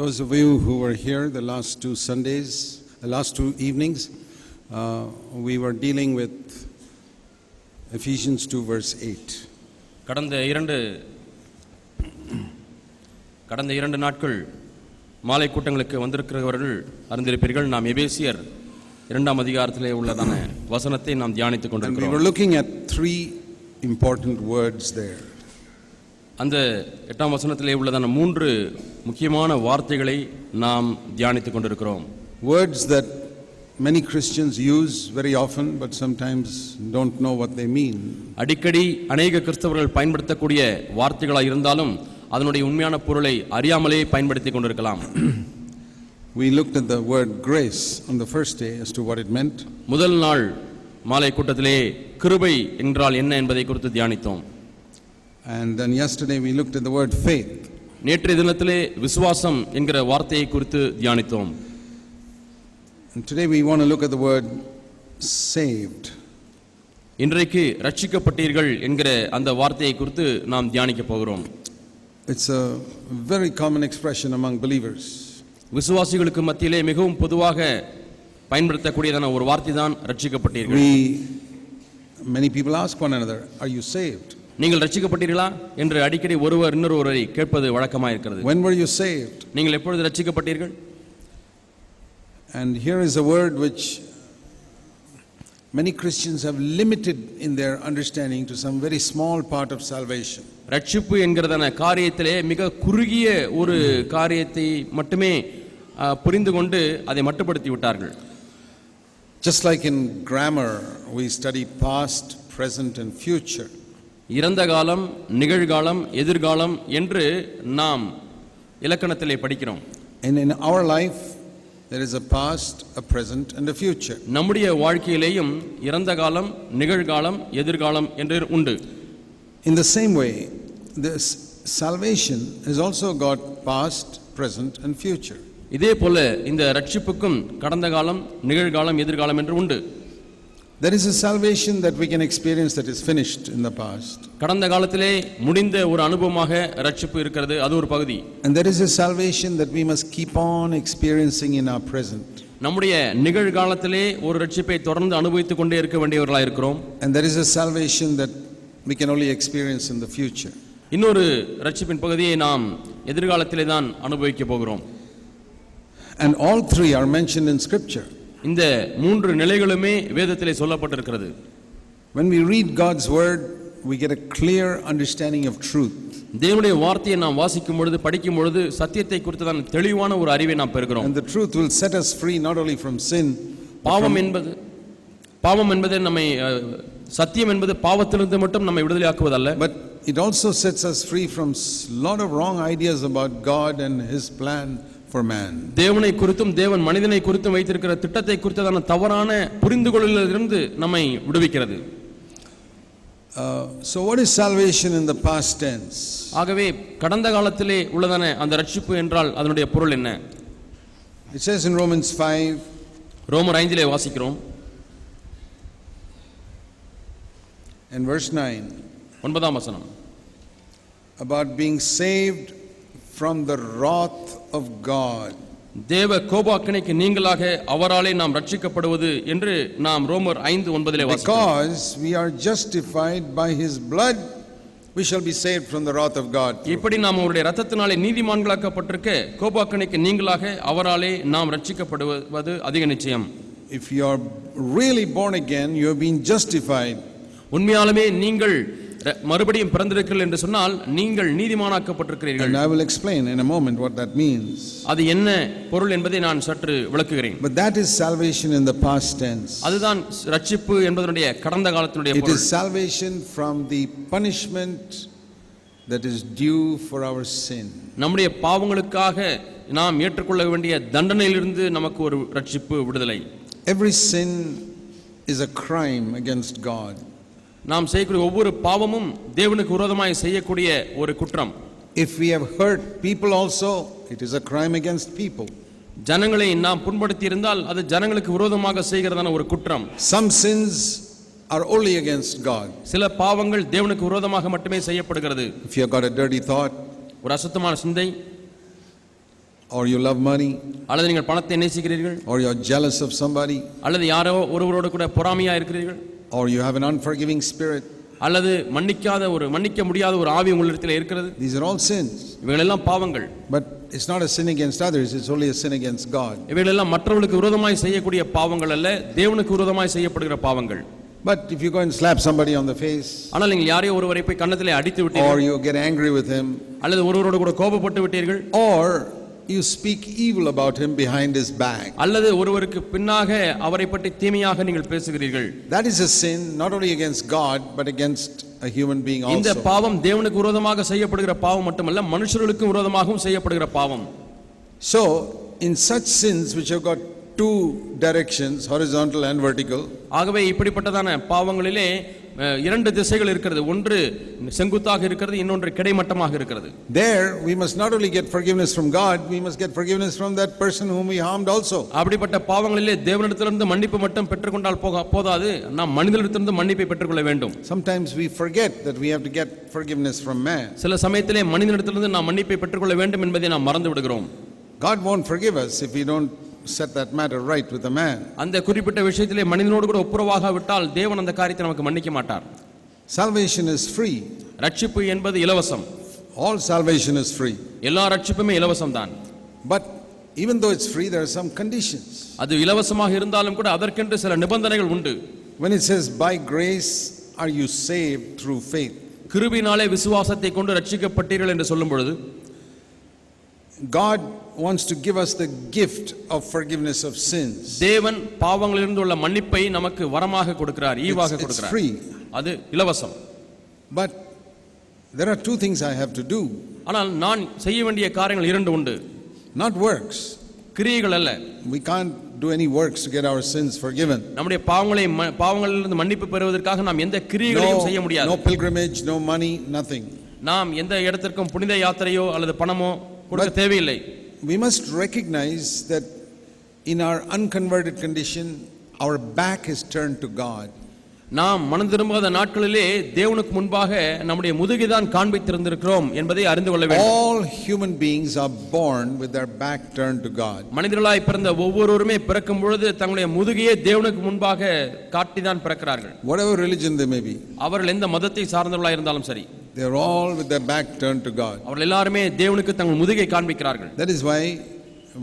those of you who were here the last two Sundays, the last two evenings, uh, we were dealing with Ephesians 2, verse 8. கடந்த இரண்டு கடந்த இரண்டு நாட்கள் மாலை கூட்டங்களுக்கு வந்திருக்கிறவர்கள் அறிந்திருப்பீர்கள் நாம் எபேசியர் இரண்டாம் அதிகாரத்திலே உள்ளதான வசனத்தை நாம் தியானித்துக் And we கொண்டிருக்கிறோம் were looking at three important words there. அந்த எட்டாம் வசனத்திலே உள்ளதான மூன்று முக்கியமான வார்த்தைகளை நாம் தியானித்துக் கொண்டிருக்கிறோம் Words that many Christians use very often, but sometimes don't know what they mean. அடிக்கடி அநேக கிறிஸ்தவர்கள் பயன்படுத்தக்கூடிய வார்த்தைகளாக இருந்தாலும் அதனுடைய உண்மையான பொருளை அறியாமலே பயன்படுத்தி கொண்டிருக்கலாம் We looked at the word grace on the first day as to what it meant. முதல் நாள் மாலை கூட்டத்திலே கிருபை என்றால் என்ன என்பதை குறித்து தியானித்தோம் And then yesterday we looked at the word faith. நேற்றைய தினத்திலே விசுவாசம் என்கிற வார்த்தையை குறித்து தியானித்தோம் And today we want to look at the word saved. இன்றைக்கு ரட்சிக்கப்பட்டீர்கள் என்கிற அந்த வார்த்தையை குறித்து நாம் தியானிக்க போகிறோம் It's a very common expression among believers. விசுவாசிகளுக்கு மத்தியிலே மிகவும் பொதுவாக பயன்படுத்தக்கூடியதான ஒரு வார்த்தை தான் ரட்சிக்கப்பட்டீர்கள் We, many people ask one another, Are you saved? நீங்கள் ரட்சிக்கப்பட்டீர்களா என்று அடிக்கடி ஒருவர் இன்னொருவரை கேட்பது வழக்கமாயிருக்கிறது When were you saved? நீங்கள் எப்பொழுது ரட்சிக்கப்பட்டீர்கள் And here is a word which many Christians have limited in their understanding to some very small part of salvation. ரட்சிப்பு என்கிறதான காரியத்திலே மிக குறுகிய ஒரு காரியத்தை மட்டுமே ஆ, புரிந்து கொண்டு அதை மட்டுப்படுத்தி விட்டார்கள் Just like in grammar, we study past, present, and future. இறந்த காலம் நிகழ்காலம் எதிர்காலம் என்று நாம் இலக்கணத்திலே படிக்கிறோம் And in our life, there is a past, a present, and a future. நம்முடைய வாழ்க்கையிலேயும் இறந்த காலம் நிகழ்காலம் எதிர்காலம் என்று உண்டு In the same way, this salvation has also got past, present, and future. இதே போல இந்த ரட்சிப்புக்கும் கடந்த காலம் நிகழ்காலம் எதிர்காலம் என்று உண்டு There is a salvation that we can experience that is finished in the past, கடந்த காலத்திலே முடிந்த ஒரு அனுபவமாக ரட்சிப்பு இருக்கிறது அது ஒரு பகுதி and there is a salvation that we must keep on experiencing in our present, நம்முடைய நிகழ்காலத்திலே ஒரு ரட்சிப்பை தொடர்ந்து அனுபவித்துக் கொண்டே இருக்க வேண்டியவர்களாக இருக்கிறோம் and there is a salvation that we can only experience in the future. இன்னொரு ரட்சிப்பின் பகுதியை நாம் எதிர்காலத்திலே தான் அனுபவிக்க போகிறோம் And all three are mentioned in Scripture. இந்த மூன்று நிலைகளுமே வேதத்திலே சொல்லப்பட்டிருக்கிறது When we read God's Word, we get a clear understanding of truth, தேவனுடைய வார்த்தையை நாம் வாசிக்கும் பொழுது படிக்கும் பொழுது சத்தியத்தை குறித்ததான தெளிவான ஒரு அறிவை நாம் பெறுகிறோம் and the truth will set us free not only from sin, பாவம் என்பது பாவம் என்பது நம்மை அஹ், சத்தியம் என்பது பாவத்திலிருந்து மட்டும் நம்மை விடுதலையாக்குவதல்ல But it also sets us free from a lot of wrong ideas about God and His plan for man. தேவனை குறித்தும் தேவன் மனிதனை குறித்தும் வைத்திருக்கிற திட்டத்தை குறித்ததான தவறான புரிந்து கொள்ளலிலிருந்து நம்மை விடுவிக்கிறது Uh, so, what is salvation in the past tense? ஆகவே கடந்த காலத்திலே உள்ளதான அந்த ரட்சிப்பு என்றால் அதனுடைய பொருள் என்ன It says in Romans 5 ரோமர் ஐந்திலே வாசிக்கிறோம் and verse 9 ஒன்பதாம் வசனம் about being saved from the wrath of God. தேவ கோபாக்கினைக்கு நீங்களாக அவராலே நாம் ரட்சிக்கப்படுவது என்று நாம் ரோமர் ஐந்து ஒன்பதிலே வாசிக்கிறோம் Because we are justified by His blood, we shall be saved from the wrath of God. இப்படி நாம் அவருடைய ரத்தத்தினாலே நீதிமான்களாக்கப்பட்டிருக்க கோபாக்கினைக்கு நீங்களாக அவராலே நாம் ரட்சிக்கப்படுவது அதிக நிச்சயம் If you are really born again, you have been justified உண்மையாலுமே நீங்கள் ர- மறுபடியும் பிறந்திருக்கிறீர்கள் என்று சொன்னால் நீங்கள் நீதிமானாக்கப்பட்டிருக்கிறீர்கள் And I will explain in a moment what that means. அது என்ன பொருள் என்பதை நான் சற்று விளக்குகிறேன் But that is salvation in the past tense. அதுதான் ஸ்- ரட்சிப்பு என்பதனுடைய கடந்த காலத்தினுடைய It பொருள் is salvation from the punishment that is due for our sin. நம்முடைய பாவங்களுக்காக நாம் ஏற்றுக்கொள்ள வேண்டிய தண்டனையிலிருந்து நமக்கு ஒரு ரட்சிப்பு விடுதலை Every sin is a crime against God. நாம் செய்யக்கூடிய ஒவ்வொரு பாவமும் தேவனுக்கு விரோதமாய் செய்யக்கூடிய ஒரு குற்றம் If we have hurt people also, it is a crime against people. ஜனங்களை நாம் புண்படுத்தி இருந்தால் அது ஜனங்களுக்கு விரோதமாக செய்கிறதான ஒரு குற்றம் Some sins are only against God. சில பாவங்கள் தேவனுக்கு விரோதமாக மட்டுமே செய்யப்படுகிறது If you have got a dirty thought, ஒரு அசுத்தமான சிந்தை or you love money, அல்லது நீங்கள் பணத்தை நேசிக்கிறீர்கள் or you're jealous of somebody, அல்லது யாரோ ஒருவரோடு கூட பொறாமையா இருக்கிறீர்கள் or you have an unforgiving spirit. அல்லது மன்னிக்காத ஒரு மன்னிக்க முடியாத ஒரு ஆவி உங்களிடத்தில் இருக்கிறது These are all sins. இவைகளெல்லாம் பாவங்கள் But it's not a sin against others, it's only a sin against God. இவைகளெல்லாம் மற்றவர்களுக்கு விரோதமாய் செய்யக்கூடிய பாவங்கள் அல்ல தேவனுக்கு விரோதமாய் செய்யப்படுகிற பாவங்கள் But if you go and slap somebody on the face, ஆனால் நீங்கள் யாரையோ ஒருவரை போய் கன்னத்திலே அடித்து or விட்டீர்கள் you get angry with him, அல்லது ஒருவரோடு கூட கோபப்பட்டு விட்டீர்கள் or you speak evil about him behind his back, அல்லது ஒருவருக்கு பின்னாக அவரை பற்றி தீமையாக நீங்கள் பேசுகிறீர்கள் that is a sin not only against God, but against a human being இந்த also. பாவம் தேவனுக்கு விரோதமாக செய்யப்படுகிற பாவம் மட்டுமல்ல மனுஷர்களுக்கும் விரோதமாகவும் செய்யப்படுகிற பாவம் So, in such sins which have got two directions, horizontal and vertical, ஆகவே இப்படிப்பட்டதான பாவங்களிலே அஹ், இரண்டு திசைகள் இருக்கிறது ஒன்று செங்குத்தாக இருக்கிறது இன்னொன்று கிடைமட்டமாக இருக்கிறது there we must not only get forgiveness from God, we must get forgiveness from that person whom we harmed also. அப்படிப்பட்ட பாவங்களிலே தேவனிடத்திலிருந்து மன்னிப்பு மட்டும் பெற்றுக்கொண்டால் போக போதாது நாம் மனிதனிடத்திலிருந்து மன்னிப்பை பெற்றுக்கொள்ள வேண்டும் Sometimes we forget that we have to get forgiveness from man. சில சமயத்திலே மனிதனிடத்திலிருந்து நாம் மன்னிப்பை பெற்றுக்கொள்ள வேண்டும் என்பதை நாம் மறந்து விடுகிறோம் God won't forgive us if we don't set that matter right with a man. அந்த குறிப்பிட்ட விஷயத்திலே மனிதனோடு கூட ஒப்புரவாக விட்டால் தேவன் அந்த காரியத்தை நமக்கு மன்னிக்க மாட்டார் Salvation is free. ரட்சிப்பு என்பது இலவசம் All salvation is free. எல்லா ரட்சிப்புமே இலவசம்தான் But even though it's free, there are some conditions. அது இலவசமாக இருந்தாலும் கூட அதற்கென்று சில நிபந்தனைகள் உண்டு When it says, by grace are you saved through faith, கிருபினாலே விசுவாசத்தை கொண்டு ரட்சிக்கப்பட்டீர்கள் என்று சொல்லும் பொழுது God wants to give us the gift of forgiveness of sins. தேவன் பாவங்களிலிருந்து உள்ள மன்னிப்பை நமக்கு வரமாக கொடுக்கிறார் It's, ஈவாக it's கொடுக்கிறார் free. அது இலவசம் But there are two things I have to do, ஆனால் நான் செய்ய வேண்டிய காரியங்கள் இரண்டு உண்டு not works. கிரியைகள் அல்ல We can't do any works to get our sins forgiven. நம்முடைய பாவங்களை ம- பாவங்களிலிருந்து மன்னிப்பு பெறுவதற்காக நாம் எந்த கிரியைகளையும் செய்ய No, no முடியாது pilgrimage, no money, nothing. நாம் எந்த இடத்திற்கும் புனித யாத்திரையோ அல்லது பணமோ கொடுக்க தேவையில்லை We must recognize that in our unconverted condition, our back is turned to God. நாம் மனம் திரும்பாத நாட்களிலே தேவனுக்கு முன்பாக நம்முடைய முதுகைதான் காண்பித்திருந்திருக்கிறோம் என்பதை அறிந்து கொள்ள வேண்டும் All human beings are born with their back turned to God. மனிதர்களாய் பிறந்த ஒவ்வொருவருமே பிறக்கும் பொழுது தங்களுடைய முதுகையே தேவனுக்கு முன்பாக காட்டிதான் பிறக்கிறார்கள் Whatever religion they may be, அவர்கள் எந்த மதத்தை சார்ந்தவர்களாக இருந்தாலும் சரி they're all with their back turned to God. அவர்கள் எல்லாருமே தேவனுக்கு தங்கள் முதுகை காண்பிக்கிறார்கள் That is why,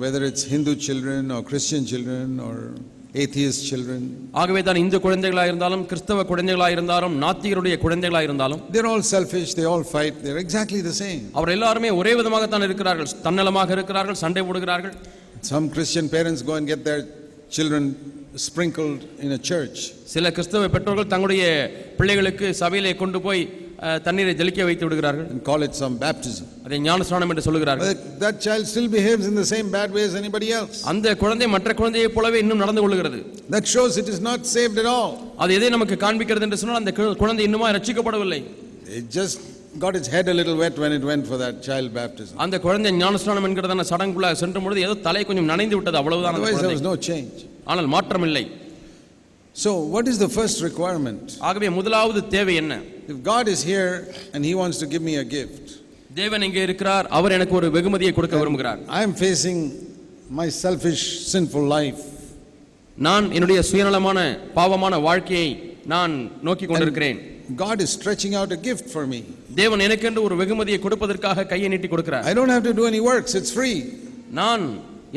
whether it's Hindu children or Christian children or atheist children, ஆகவே தான் இந்து குழந்தைகளாக இருந்தாலும் கிறிஸ்தவ குழந்தைகளாக இருந்தாலும் நாத்திகருடைய குழந்தைகளாக இருந்தாலும் they're all selfish, they all fight, they're exactly the same. அவர் எல்லாருமே ஒரே விதமாகத்தான் இருக்கிறார்கள் தன்னலமாக இருக்கிறார்கள் சண்டை போடுகிறார்கள் Some Christian parents go and get their children sprinkled in a church. சில கிறிஸ்தவ பெற்றோர்கள் தங்களுடைய பிள்ளைகளுக்கு சபையிலே கொண்டு போய் அஹ், தண்ணீரை ஜலிக்க வைத்து விடுகிறார்கள் and call it some baptism. அதை ஞானஸ்நானம் என்று சொல்லுகிறார்கள் But that child still behaves in the same bad way as anybody else. அந்த குழந்தை மற்ற குழந்தையைப் போலவே இன்னும் நடந்து கொள்கிறது That shows it is not saved at all. அது எதை நமக்கு காண்பிக்கிறது என்று சொன்னால் அந்த கு- குழந்தை இன்னுமா ரட்சிக்கப்படவில்லை It just got its head a little wet when it went for that child baptism. அந்த குழந்தை ஞானஸ்நானம் என்கிறதான சடங்குள்ள சென்ற பொழுது ஏதோ தலை கொஞ்சம் நனைந்து விட்டது அவ்வளவுதான் அந்த Otherwise, there குழந்தை. was no change. ஆனால் மாற்றம் இல்லை So, what is the first requirement? ஆகவே முதலாவது தேவை என்ன If God is here and He wants to give me a gift, தேவன் எங்கே இருக்கிறார் அவர் எனக்கு ஒரு வெகுமதியை கொடுக்க விரும்புகிறார் I am facing my selfish, sinful life. நான் என்னுடைய சுயநலமான பாவமான வாழ்க்கையை நான் நோக்கி கொண்டிருக்கிறேன் God is stretching out a gift for me. தேவன் எனக்கென்று ஒரு வெகுமதியை கொடுப்பதற்காக கையை நீட்டி கொடுக்கிறார் I don't have to do any works, it's free. நான்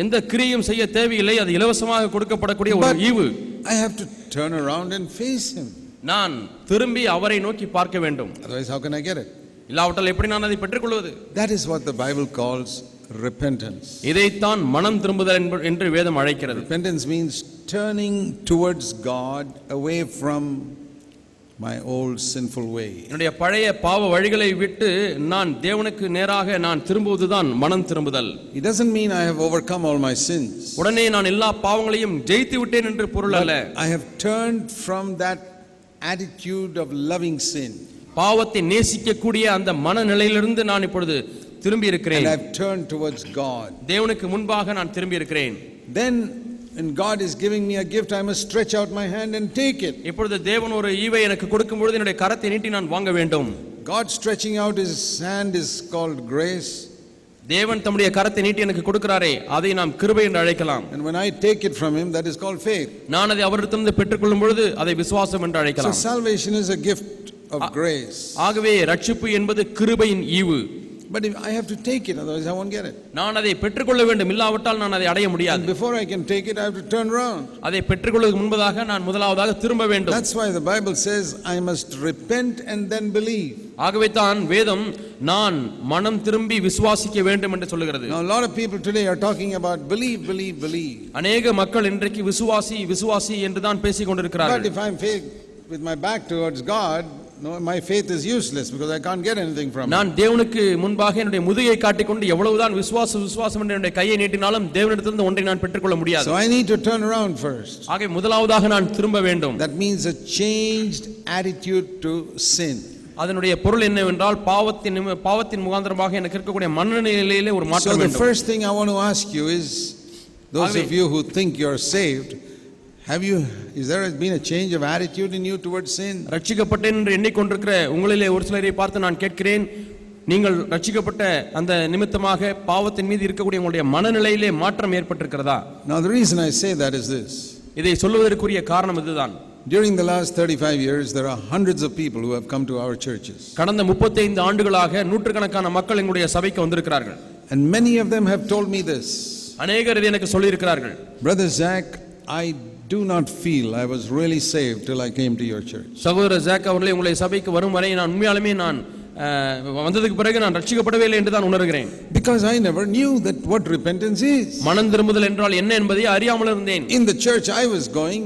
எந்த கிரியும் செய்ய தேவையில்லை அது இலவசமாக கொடுக்கப்படக்கூடிய ஒரு But- ஈவு I have to turn around and face Him. நான் திரும்பி அவரை நோக்கி பார்க்க வேண்டும் Otherwise, how can I get it? இல்லாவிட்டால் எப்படி நான் அதை பெற்றுக்கொள்வது That is what the Bible calls repentance. இதைத்தான் மனம் திரும்புதல் என்ப- என்று வேதம் அழைக்கிறது Repentance means turning towards God away from my old sinful way. என்னுடைய பழைய பாவ வழிகளை விட்டு நான் தேவனுக்கு நேராக நான் திரும்புவதுதான் மனம் திரும்புதல் It doesn't mean I have overcome all my sins. உடனே நான் எல்லா பாவங்களையும் ஜெயித்து விட்டேன் என்று பொருள் அல்ல I have turned from that attitude of loving sin பாவத்தை நேசிக்கக்கூடிய அந்த மனநிலையிலிருந்து நான் இப்பொழுது திரும்பி and இருக்கிறேன் I've turned towards God. தேவனுக்கு முன்பாக நான் திரும்பி இருக்கிறேன் Then, when God is giving me a gift, I must stretch out my hand and take it. இப்பொழுது தேவன் ஒரு ஈவை எனக்கு கொடுக்கும் பொழுது என்னுடைய கரத்தை நீட்டி நான் வாங்க வேண்டும் God stretching out His hand is called grace. தேவன் தம்முடைய கரத்தை நீட்டி எனக்கு கொடுக்கிறாரே அதை நாம் கிருபை என்று அழைக்கலாம் And when I take it from him, that is called faith. நான் அதை அவரிடத்திலிருந்து பெற்றுக்கொள்ளும் பொழுது அதை விசுவாசம் என்று So அழைக்கலாம் salvation is a gift of grace. ஆகவே ரட்சிப்பு என்பது கிருபையின் ஈவு But if I have to take it, otherwise I won't get it. நான் அதை பெற்றுக்கொள்ள வேண்டும் இல்லாவிட்டால் நான் அதை அடைய முடியாது Before I can take it, I have to turn round. அதை பெற்றுக்கொள்வதற்கு முன்பதாக நான் முதலாவதாக திரும்ப வேண்டும் That's why the Bible says, I must repent and then believe. ஆகவே தான் வேதம் நான் மனம் திரும்பி விசுவாசிக்க வேண்டும் என்று சொல்லுகிறது Now, a lot of people today are talking about believe, believe, believe. அநேக மக்கள் இன்றைக்கு விசுவாசி விசுவாசி என்று தான் பேசிக் But கொண்டிருக்கிறார்கள் if I'm faith with my back towards God, no, my faith is useless because I can't get anything from it. நான் தேவனுக்கு முன்பாக என்னுடைய முதுகை காட்டிக்கொண்டு எவ்வளவுதான் விசுவாச விசுவாசம் என்று என்னுடைய கையை நீட்டினாலும் தேவனிடத்திலிருந்து ஒன்றை நான் பெற்றுக்கொள்ள முடியாது So I need to turn around first. ஆகவே முதலாவதாக நான் திரும்ப வேண்டும் That means a changed attitude to sin. அதனுடைய பொருள் என்னவென்றால் பாவத்தின் நிமி- பாவத்தின் முகாந்திரமாக எனக்கு இருக்கக்கூடிய மனநிலையிலே ஒரு So மாற்றம் the வேண்டும் first thing I want to ask you is, those of you who think you're saved, have you, is there been a change of attitude in you towards sin? ரட்சிக்கப்பட்டேன் என்று எண்ணிக்கொண்டிருக்கிற உங்களிலே ஒரு சிலரை பார்த்து நான் கேட்கிறேன் நீங்கள் ரட்சிக்கப்பட்ட அந்த நிமித்தமாக பாவத்தின் மீது இருக்கக்கூடிய உங்களுடைய மனநிலையிலே மாற்றம் ஏற்பட்டிருக்கிறதா Now the reason I say that is this. இதை சொல்வதற்குரிய காரணம் இதுதான் During the last 35 years, there are hundreds of people who have come to our churches. கடந்த முப்பத்தைந்து ஆண்டுகளாக நூற்றுக்கணக்கான மக்கள் எங்களுடைய சபைக்கு வந்திருக்கிறார்கள் And many of them have told me this அநேகர் இதை எனக்கு சொல்லியிருக்கிறார்கள் Brother Zach, I do not feel I was really saved till I came to your church. சகோதர ஜாக் அவர்களே உங்களுடைய சபைக்கு வரும் வரை நான் உண்மையாலுமே நான் அஹ், வந்ததுக்கு பிறகு நான் ரட்சிக்கப்படவே இல்லை என்று தான் உணர்கிறேன் Because I never knew that what repentance is. மனம் திரும்புதல் என்றால் என்ன என்பதை அறியாமல் இருந்தேன் In the church I was going,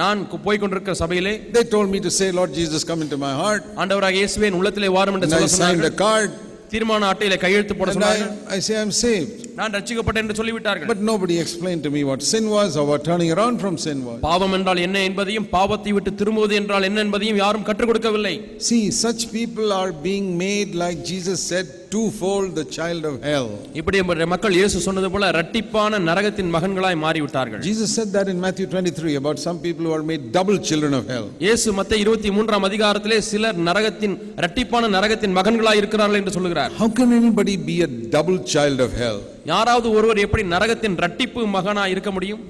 நான் போய் கொண்டிருக்கிற சபையிலே they told me to say, Lord Jesus, come into my heart. ஆண்டவராக இயேசுவே என் உள்ளத்திலே வாரும் என்று And I சொல்ல signed a சொன்னார்கள் card தீர்மான அட்டையில கையெழுத்து போட and சொன்னார்கள் I, I say, I'm saved. நான் ரட்சிக்கப்பட்டேன் என்று சொல்லிவிட்டார்கள் But nobody explained to me what sin was or what turning around from sin was. பாவம் என்றால் என்ன என்பதையும் பாவத்தை விட்டு திரும்புவது என்றால் என்ன என்பதையும் யாரும் கற்றுக் கொடுக்கவில்லை See, such people are being made, like Jesus said, twofold the child of hell. இப்படி நம்முடைய மக்கள் இயேசு சொன்னது போல ரட்டிப்பான நரகத்தின் மகன்களாய் மாறிவிட்டார்கள் Jesus said that in Matthew 23 about some people who are made double children of hell. இயேசு மத்த இருபத்தி மூன்றாம் அதிகாரத்திலே சிலர் நரகத்தின் ரட்டிப்பான நரகத்தின் மகன்களாய் இருக்கிறார்கள் என்று சொல்லுகிறார் How can anybody be a double child of hell? யாராவது ஒருவர் எப்படி நரகத்தின் ரட்டிப்பு மகனாய் இருக்க முடியும்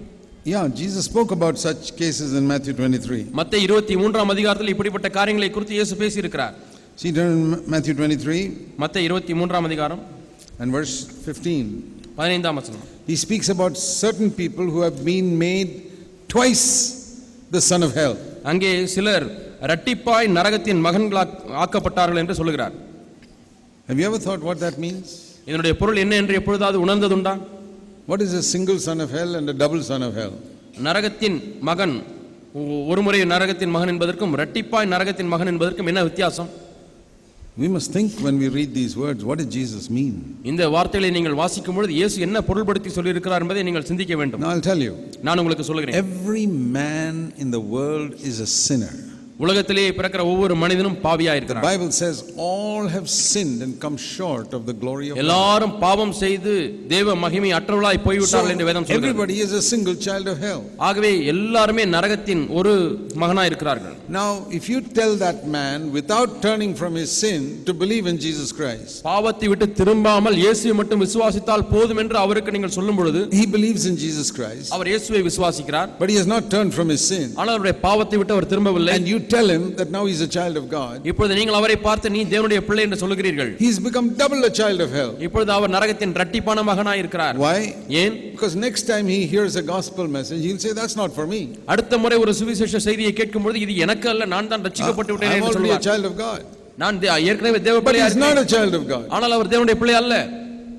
Yeah, Jesus spoke about such cases in Matthew 23. மத்த இருபத்தி மூன்றாம் அதிகாரத்தில் இப்படிப்பட்ட காரியங்களை குறித்து இயேசு பேசியிருக்கிறார் See, turn in Matthew 23 மத்த இருபத்தி மூன்றாம் அதிகாரம் and verse 15. பதினைந்தாம் வசனம் He speaks about certain people who have been made twice the son of hell. அங்கே சிலர் ரட்டிப்பாய் நரகத்தின் மகன்களா ஆக்கப்பட்டார்கள் என்று சொல்லுகிறார் Have you ever thought what that means? இதனுடைய பொருள் என்ன என்று எப்பொழுதாவது உணர்ந்ததுண்டா What is a single son of hell and a double son of hell? நரகத்தின் மகன் ஒ- ஒருமுறை நரகத்தின் மகன் என்பதற்கும் ரட்டிப்பாய் நரகத்தின் மகன் என்பதற்கும் என்ன வித்தியாசம் We must think when we read these words what did Jesus mean? இந்த வார்த்தைகளை நீங்கள் வாசிக்கும் பொழுது இயேசு என்ன பொருள்படுத்தி சொல்லியிருக்கிறார் என்பதை நீங்கள் சிந்திக்க வேண்டும் Now I'll tell you. நான் உங்களுக்கு சொல்லுகிறேன் Every man in the world is a sinner. உலகத்திலே பிறக்கிற ஒவ்வொரு மனிதனும் பாவியா The இருக்கிறார் Bible says all have sinned and come short of the glory of God. எல்லாரும் பாவம் செய்து தேவ மகிமை அற்றவர்களாய் So போய்விட்டார்கள் என்று வேதம் சொல்கிறது everybody is a single child of hell. ஆகவே எல்லாருமே நரகத்தின் ஒரு மகனாய் இருக்கிறார்கள் Now, if you tell that man without turning from his sin to believe in Jesus Christ, பாவத்தை விட்டு திரும்பாமல் இயேசுவை மட்டும் விசுவாசித்தால் போதும் என்று அவருக்கு நீங்கள் சொல்லும் பொழுது he believes in Jesus Christ, அவர் இயேசுவை விசுவாசிக்கிறார் but he has not turned from his sin, ஆனால் அவருடைய பாவத்தை விட்டு அவர் திரும்பவில்லை and you tell him that now he's a child of God, இப்பொழுது நீங்கள் அவரை பார்த்து நீ தேவனுடைய பிள்ளை என்று சொல்கிறீர்கள் he's become double a child of hell. இப்பொழுது அவர் நரகத்தின் ரட்டிப்பான மகனாய் இருக்கிறார் Why? ஏன் Because next time he hears a gospel message, he'll say, That's not for me. அடுத்த முறை ஒரு சுவிசேஷ செய்தியை கேட்கும் பொழுது இது எனக்கு அல்ல நான் தான் ரட்சிக்கப்பட்டு விட்டேன் I'm என்று already a சொல்வார் child of God. நான் தே- ஏற்கனவே தேவ But பிள்ளையா he's not இருக்கிறேன். a child of God. ஆனால் அவர் தேவனுடைய பிள்ளை அல்ல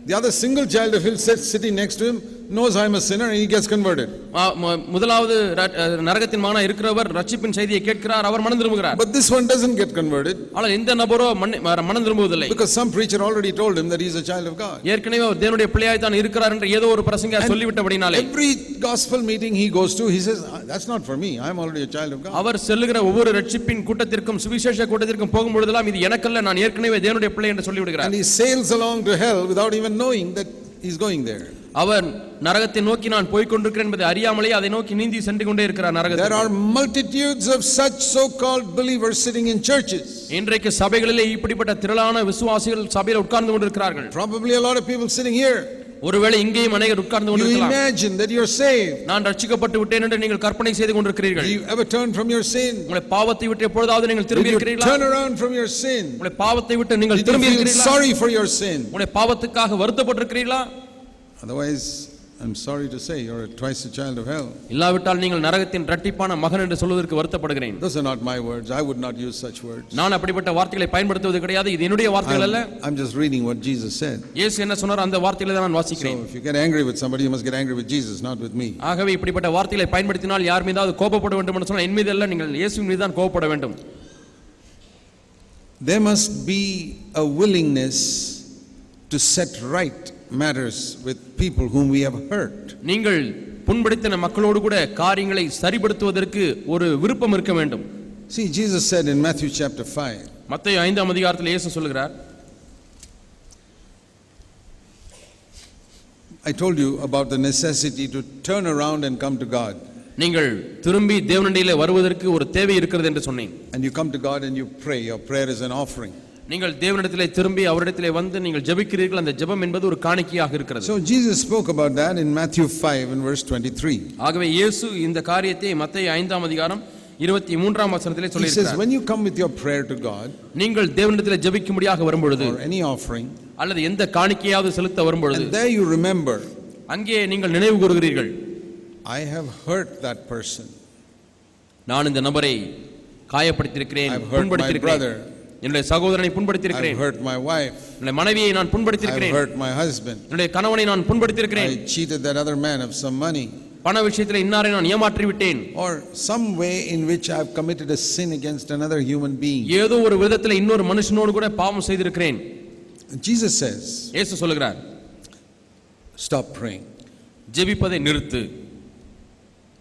The other single child of his sits sitting next to him knows I'm a sinner and he gets converted. ம- ம- முதலாவது ர- அஹ், நரகத்தின் மகனாய் இருக்கிறவர் ரட்சிப்பின் செய்தியை கேட்கிறார் அவர் மனம் திரும்புகிறார் But this one doesn't get converted ஆனால் இந்த நபரோ மன்ன- ம- மனம் திரும்புவதில்லை because some preacher already told him that he's a child of God. ஏற்கனவே அவர் தேவனுடைய பிள்ளையாய் தான் இருக்கிறார் என்று ஏதோ ஒரு பிரசங்க சொல்லிவிட்டபடினாலே Every gospel meeting he goes to, he says, "Ah, That's not for me. I'm already a child of God. அவர் செல்லுகிற ஒவ்வொரு ரட்சிப்பின் கூட்டத்திற்கும் சுவிசேஷ கூட்டத்திற்கும் போகும்பொழுதெல்லாம் இது எனக்கல்ல நான் ஏற்கனவே தேவனுடைய பிள்ளை என்று சொல்லிவிடுகிறார் And he sails along to hell without even knowing that He's going there. அவன் நரகத்தை நோக்கி நான் போய்க் கொண்டிருக்கிறேன் என்பதை அறியாமலே அதை நோக்கி நீந்தி சென்று கொண்டே இருக்கிறார் There நரகத்தை are multitudes of such so called believers sitting in churches. இன்றைக்கு சபைகளிலே இப்படிப்பட்ட திரளான விசுவாசிகள் சபையில் உட்கார்ந்து கொண்டிருக்கிறார்கள் Probably a lot of people sitting here. ஒருவேளை இங்கேயும் அநேகர் உட்கார்ந்து You கொண்டிருக்கலாம் imagine that you're saved. நான் ரட்சிக்கப்பட்டு விட்டேன் என்று நீங்கள் கற்பனை செய்து கொண்டிருக்கிறீர்கள் Do you ever turn from your sin? உங்களை பாவத்தை விட்டு எப்பொழுதாவது நீங்கள் Did திரும்பி you இருக்கிறீர்களா turn around from your sin? உங்களை பாவத்தை விட்டு நீங்கள் Did you திரும்பி feel இருக்கிறீர்களா sorry for your sin? உங்களுடைய பாவத்துக்காக வருத்தப்பட்டிருக்கிறீர்களா Otherwise, I'm sorry to say, you're twice a child of hell. இல்லாவிட்டால் நீங்கள் நரகத்தின் இரட்டிப்பான மகன் என்று சொல்வதற்கு வருத்தப்படுகிறேன் Those are not my words. I would not use such words. நான் அப்படிப்பட்ட வார்த்தைகளை பயன்படுத்துவது கிடையாது இது என்னுடைய வார்த்தைகள் அல்ல I'm, I'm just reading what Jesus said. இயேசு என்ன சொன்னார் அந்த வார்த்தைகளை தான் நான் So வாசிக்கிறேன் if you get angry with somebody, you must get angry with Jesus, not with me. ஆகவே இப்படிப்பட்ட வார்த்தைகளை பயன்படுத்தினால் யார் மீதாவது கோபப்பட வேண்டும் என்று சொன்னால் என் மீது அல்ல நீங்கள் இயேசுவின் மீது தான் கோபப்பட வேண்டும் There must be a willingness to set right matters with people whom we have hurt. நீங்கள் புண்படுத்தின மக்களோடு கூட காரியங்களை சரிப்படுத்துவதற்கு ஒரு விருப்பம் இருக்க வேண்டும் See, Jesus said in Matthew chapter 5, மத்தேயு ஐந்தாம் அதிகாரத்தில் இயேசு சொல்லுகிறார் I told you about the necessity to turn around and come to God. நீங்கள் திரும்பி தேவனடியிலே வருவதற்கு ஒரு தேவை இருக்கிறது என்று சொன்னேன் And you come to God and you pray. Your prayer is an offering. நீங்கள் தேவனிடத்திலே திரும்பி அவரிடத்திலே வந்து நீங்கள் ஜெபிக்கிறீர்கள் அந்த ஜெபம் என்பது ஒரு காணிக்கையாக இருக்கிறது So Jesus spoke about that in Matthew 5 and verse 23. ஆகவே இயேசு இந்த காரியத்தை மத்தேயு ஐந்தாம் அதிகாரம் இருபத்தி மூன்றாம் வசனத்திலே He says, சொல்லியிருக்கிறார் when you come with your prayer to God நீங்கள் தேவனிடத்திலே ஜெபிக்கும்படியாக வரும்பொழுது or any offering, அல்லது எந்த காணிக்கையாவது செலுத்த வரும்பொழுது and there you remember, அங்கே நீங்கள் நினைவு கூறுகிறீர்கள் I have hurt that person. நான் இந்த நபரை காயப்படுத்தியிருக்கிறேன் I've hurt my புண்படுத்தியிருக்கிறேன் brother. என்னுடைய சகோதரனை I've புண்படுத்தியிருக்கிறேன் hurt my wife. என்னுடைய மனைவியை நான் I've புண்படுத்தியிருக்கிறேன் hurt my husband. என்னுடைய கணவனை நான் புண்படுத்தியிருக்கிறேன் I cheated that other man of some money. பண விஷயத்தில் இன்னாரை நான் ஏமாற்றி விட்டேன் Or some way in which I've committed a sin against another human being. ஏதோ ஒரு விதத்தில் இன்னொரு மனுஷனோடு கூட பாவம் செய்திருக்கிறேன் Jesus says, இயேசு சொல்லுகிறார் stop praying. ஜெபிப்பதை நிறுத்து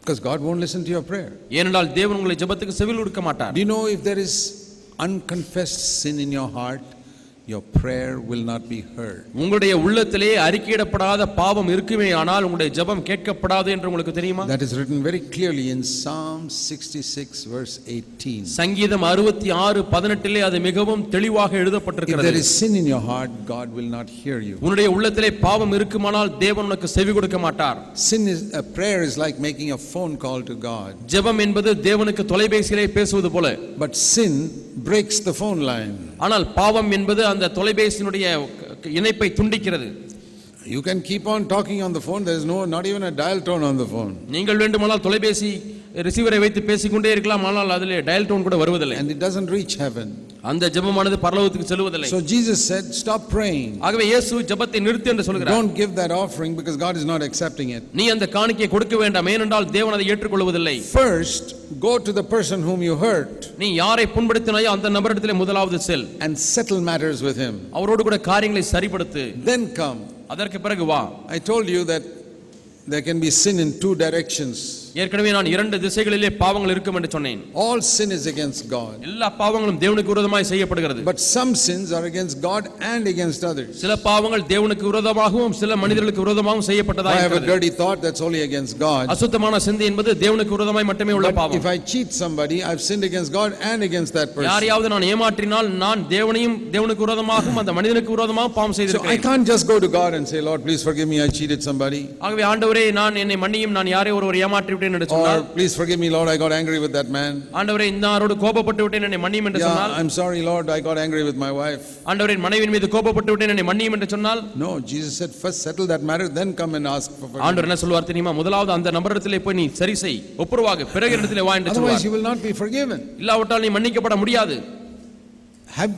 Because God won't listen to your prayer. ஏனென்றால் தேவன் உங்களை ஜெபத்துக்கு செவில் கொடுக்க மாட்டார் Do you know if there is unconfessed sin in your heart, your prayer will not be heard. உங்களுடைய உள்ளத்திலே அறிக்கையிடப்படாத பாவம் இருக்குமே ஆனால் உங்களுடைய ஜெபம் கேட்கப்படாது என்று உங்களுக்கு தெரியுமா That is written very clearly in Psalm 66, verse 18. சங்கீதம் அறுபத்தி ஆறு பதினெட்டிலே அது மிகவும் தெளிவாக If there எழுதப்பட்டிருக்கிறது is sin in your heart, God will not hear you. உன்னுடைய உள்ளத்திலே பாவம் இருக்குமானால் தேவன் உனக்கு செவி கொடுக்க மாட்டார் Sin is a prayer is like making a phone call to God. ஜெபம் என்பது தேவனுக்கு தொலைபேசியிலே பேசுவது போல But sin breaks the phone line. ஆனால் பாவம் என்பது அந்த தொலைபேசியினுடைய இணைப்பை துண்டிக்கிறது You can keep on talking on the phone. There is no not even a dial tone on the phone. நீங்கள் வேண்டுமானால் தொலைபேசி ரிசீவரை வைத்து பேசிக்கொண்டே இருக்கலாம் ஆனால் அதிலே டயல் டோன் கூட வருவதில்லை And it doesn't reach heaven. அந்த ஜெபமானது பரலோகத்துக்கு செல்வதில்லை So Jesus said, Stop praying. ஆகவே இயேசு ஜெபத்தை நிறுத்து என்று சொல்கிறார் Don't give that offering because God is not accepting it. நீ அந்த காணிக்கையை கொடுக்க வேண்டாம் ஏனென்றால் தேவன் அதை ஏற்றுக்கொள்வதில்லை First, go to the person whom you hurt நீ யாரை புண்படுத்தினாயோ அந்த நபரிடத்திலே முதலாவது செல் and settle matters with him. அவரோடு கூட காரியங்களை சரிப்படுத்து Then come. அதற்கு பிறகு வா I told you that there can be sin in two directions. ஏற்கனவே நான் இரண்டு திசைகளிலே பாவங்கள் இருக்கும் என்று சொன்னேன் All sin is against God. எல்லா பாவங்களும் தேவனுக்கு விரோதமாய் செய்யப்படுகிறது But some sins are against God and against others. சில பாவங்கள் தேவனுக்கு விரோதமாகவும் சில மனிதர்களுக்கு விரோதமாகவும் If செய்யப்பட்டதா I have a இருக்கிறது dirty thought, that's only against God. அசுத்தமான சிந்தை என்பது தேவனுக்கு விரோதமாய் மட்டுமே உள்ள But பாவம் if I cheat somebody, I've sinned against God and against that person. யாரையாவது நான் ஏமாற்றினால் நான் தேவனையும் தேவனுக்கு விரோதமாகவும் அந்த மனிதனுக்கு விரோதமாகவும் பாவம் So I செய்திருக்கிறேன் can't just go to God and say, Lord, please forgive me, I cheated somebody. ஆகவே ஆண்டவரே நான் என்னை மன்னியும் நான் யாரை ஒருவர் ஏமாற்றி விட்டேன் என்று Or சொன்னால் please forgive me, Lord, I got angry with that man. ஆண்டவரே இன்னாரோடு கோபப்பட்டு விட்டேன் என்னை மன்னியும் என்று Yeah, சொன்னால் I'm sorry, Lord, I got angry with my wife. ஆண்டவரின் மனைவியின் மீது கோபப்பட்டு விட்டேன் என்னை மன்னியும் என்று சொன்னால் No, Jesus said, first settle that matter, then come and ask for forgiveness. ஆண்டவர் என்ன சொல்வார் தெரியுமா முதலாவது அந்த நபரிடத்திலே போய் நீ சரி செய் ஒப்புரவாக பிறகு இடத்திலே வா என்று Otherwise, சொல்வார் you will not be forgiven. இல்லாவிட்டால் நீ மன்னிக்கப்பட முடியாது Have,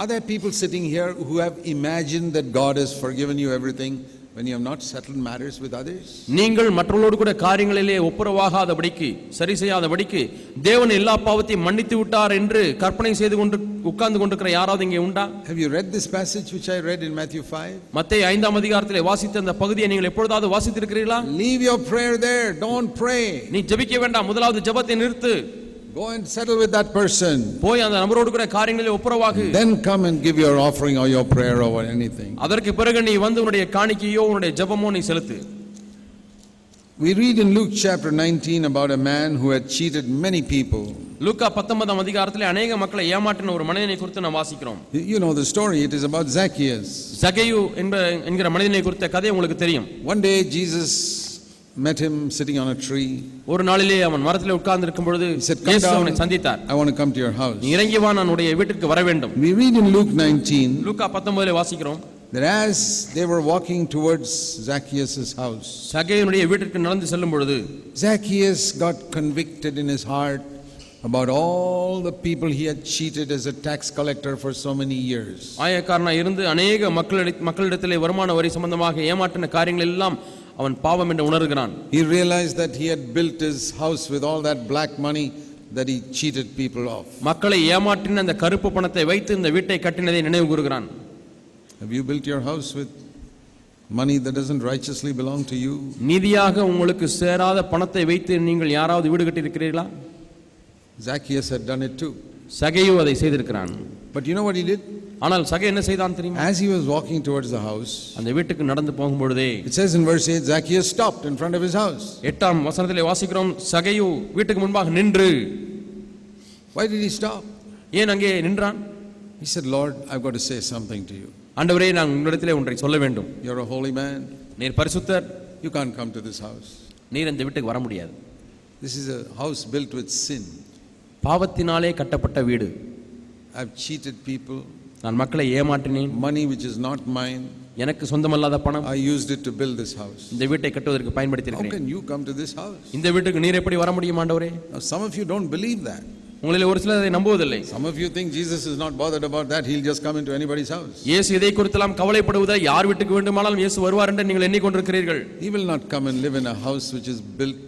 are there people sitting here who have imagined that God has forgiven you everything when you have not settled matters with others? நீங்கள் மற்றவர்களோடு கூட காரியங்களிலே ஒப்புரவாகாதபடிக்கு சரி செய்யாதபடிக்கு தேவன் எல்லா பாவத்தையும் மன்னித்து விட்டார் என்று கற்பனை செய்து கொண்டு உட்கார்ந்து கொண்டிருக்கிற யாராவது இங்கே உண்டா Have you read this passage which I read in Matthew 5? மத்திய ஐந்தாம் அதிகாரத்திலே வாசித்த அந்த பகுதியை நீங்கள் எப்பொழுதாவது வாசித்திருக்கிறீர்களா Leave your prayer there, don't pray. நீ ஜெபிக்க வேண்டாம் முதலாவது ஜெபத்தை நிறுத்து Go and settle with that person. போய் அந்த நபரோடு கூட காரியங்களில் ஒப்புரவாகு Then come and give your offering or your prayer or anything. அதற்கு பிறகு நீ வந்து உன்னுடைய காணிக்கையோ உன்னுடைய ஜெபமோ நீ செலுத்து We read in Luke chapter 19 about a man who had cheated many people. லூக்கா பத்தொன்பதாம் அதிகாரத்திலே அநேக மக்களை ஏமாற்றின ஒரு மனிதனை குறித்து நாம் வாசிக்கிறோம் You- You know the story, it is about Zacchaeus. சகையு என்ப என்கிற மனிதனை குறித்த கதை உங்களுக்கு தெரியும் One day Jesus met him sitting on a tree. ஒரு நாளிலே அவன் மரத்திலே உட்கார்ந்து இருக்கும் பொழுது He said, Come இயேசு அவனை down. சந்தித்தார் I want to come to your house. நீ இறங்கி வா நான் உன்னுடைய வீட்டிற்கு வர வேண்டும் We read in Luke 19 லூக்கா பத்தொன்பதிலே வாசிக்கிறோம் that as they were walking towards Zacchaeus' house, சகையனுடைய வீட்டிற்கு நடந்து செல்லும் பொழுது Zacchaeus got convicted in his heart about all the people he had cheated as a tax collector for so many years. ஆயக்காரனா இருந்து அநேக மக்களிட மக்களிடத்திலே வருமான வரி சம்பந்தமாக ஏமாற்றின காரியங்கள் எல்லாம் அவன் பாவம் என்று உணர்கிறான் He realized that he had built his house with all that black money that he cheated people of. மக்களை ஏமாற்றின அந்த கருப்பு பணத்தை வைத்து இந்த வீட்டை கட்டினதை நினைவு கூறுகிறான் Have you built your house with money that doesn't righteously belong to you? நீதியாக உங்களுக்கு சேராத பணத்தை வைத்து நீங்கள் யாராவது வீடு கட்டியிருக்கிறீர்களா Zacchaeus had done it too. சகையு அதை செய்திருக்கிறான் But you know what he did? ஆனால் சகை என்ன செய்தான் தெரியுமா As he was walking towards the house, அந்த வீட்டுக்கு நடந்து போகும்பொழுதே it says in verse 8 Zacchaeus stopped in front of his house. எட்டாம் வசனத்திலே வாசிக்கிறோம் சகையு வீட்டுக்கு முன்பாக நின்று Why did he stop? ஏன் அங்கே நின்றான் He said, Lord, I've got to say something to you. ஆண்டவரே நான் உங்களிடத்திலே ஒன்றை சொல்ல வேண்டும் You're a holy man. நீர் பரிசுத்தர் You can't come to this house. நீர் இந்த வீட்டுக்கு வர முடியாது This is a house built with sin. பாவத்தினாலே கட்டப்பட்ட வீடு I've cheated people, நான் மக்களை ஏமாற்றினேன் money which is not mine. எனக்கு சொந்தமல்லாத பணம் I used it to build this house. இந்த வீட்டை கட்டுவதற்கு How பயன்படுத்தியிருக்கிறேன் can you come to this house? இந்த வீட்டுக்கு நீர் எப்படி வர முடியும் ஆண்டவரே Now, some of you don't believe that. உங்களில் ஒரு சிலர் அதை நம்புவதில்லை Some of you think Jesus is not bothered about that. He'll just come into anybody's house. இயேசு இதை குறித்தெல்லாம் கவலைப்படுவதை யார் வீட்டுக்கு வேண்டுமானாலும் இயேசு வருவார் என்று நீங்கள் எண்ணிக்கொண்டிருக்கிறீர்கள் He will not come and live in a house which is built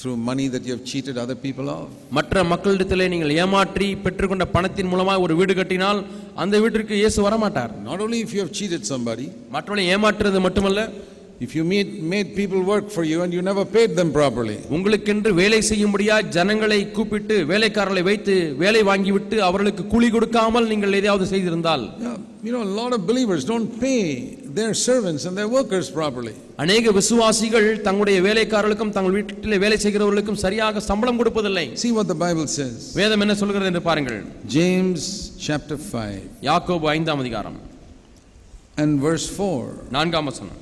through money that you have cheated other people of. மற்ற மக்களிடத்திலே நீங்கள் ஏமாற்றி பெற்றுக்கொண்ட பணத்தின் மூலமாக ஒரு வீடு கட்டினால் அந்த வீட்டிற்கு இயேசு வரமாட்டார் Not only if you have cheated somebody, மற்றவர்களை ஏமாற்றுறது மட்டுமல்ல if you made, made people work for you and you never paid them properly, உங்களுக்கென்று வேலை செய்யும்படியா ஜனங்களை கூப்பிட்டு வேலைக்காரர்களை வைத்து வேலை வாங்கிவிட்டு அவர்களுக்கு கூலி கொடுக்காமல் நீங்கள் எதையாவது செய்திருந்தால் Yeah, you know, a lot of believers don't pay their servants and their workers properly. அநேக விசுவாசிகள் தங்களுடைய வேலைக்காரர்களுக்கும் தங்கள் வீட்டிலே வேலை செய்கிறவர்களுக்கும் சரியாக சம்பளம் கொடுப்பதில்லை See what the Bible says. வேதம் என்ன சொல்கிறது என்று பாருங்கள் James chapter 5 யாக்கோபு ஐந்தாம் அதிகாரம் and verse 4. நான்காம் வசனம்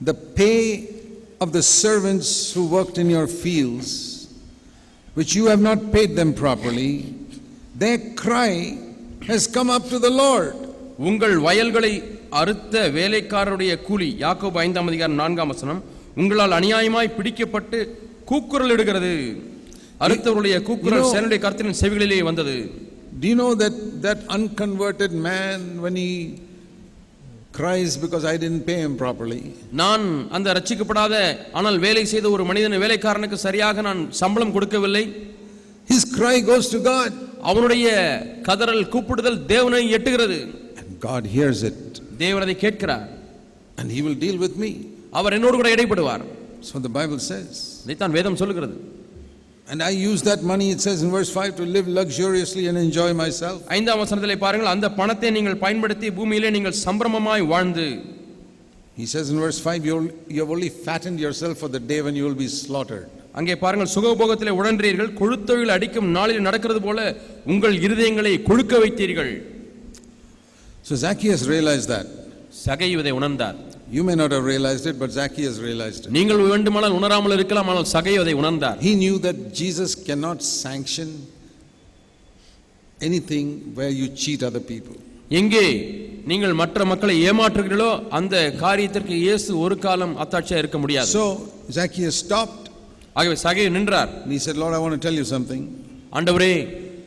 The pay of the servants who worked in your fields, which you have not paid them properly, their cry has come up to the Lord. உங்கள் வயல்களை அறுத்த வேலைக்காரருடைய கூலி யாக்கோபு ஐந்தாம் அதிகாரம் நான்காம் வசனம் உங்களால் அநியாயமாய் பிடிக்கப்பட்டு கூக்குரல் இடுகிறது அறுத்தவருடைய கூக்குரல் இதோ- சேனுடைய கருத்தின் செவிகளிலே வந்தது Do you know that that unconverted man, when he cries because I didn't pay him properly, நான் அந்த ரட்சிக்கப்படாத ஆனால் வேலை செய்த ஒரு மனிதன் வேலைக்காரனுக்கு சரியாக நான் சம்பளம் கொடுக்கவில்லை his cry goes to God. அவனுடைய கதறல் கூப்பிடுதல் தேவனை எட்டுகிறது And God hears it தேவன் அதை கேட்கிறார் and he will deal with me. அவர் என்னோடு கூட இடைப்படுவார் So the Bible says. இதைத்தான் வேதம் சொல்லுகிறது And I use that money, it says in verse 5, to live luxuriously and enjoy myself. ஐந்தாம் வசனத்திலே பாருங்கள் அந்த பணத்தை நீங்கள் பயன்படுத்தி பூமியிலே நீங்கள் சம்பிரமமாய் வாழ்ந்து He says in verse 5, you'll, you have only fattened yourself for the day when you will be slaughtered. அங்கே பாருங்கள் சுகபோகத்திலே உழன்றீர்கள் கொழுத்தொழில் அடிக்கும் நாளில் நடக்கிறது போல உங்கள் இருதயங்களை கொழுக்க வைத்தீர்கள் So Zacchaeus realized that. சகை இதை உணர்ந்தார் You may not have realized it, but Zacchaeus realized it. நீங்கள் வேண்டுமானால் உணராமல் இருக்கலாம் ஆனால் சகை அதை உணர்ந்தார் He knew that Jesus cannot sanction anything where you cheat other people. எங்கே நீங்கள் மற்ற மக்களை ஏமாற்றுகிறீர்களோ அந்த காரியத்திற்கு இயேசு ஒரு காலம் அத்தாட்சியா இருக்க முடியாது So Zacchaeus stopped ஆகவே சகை நின்றார் and he said, Lord, I want to tell you something. ஆண்டவரே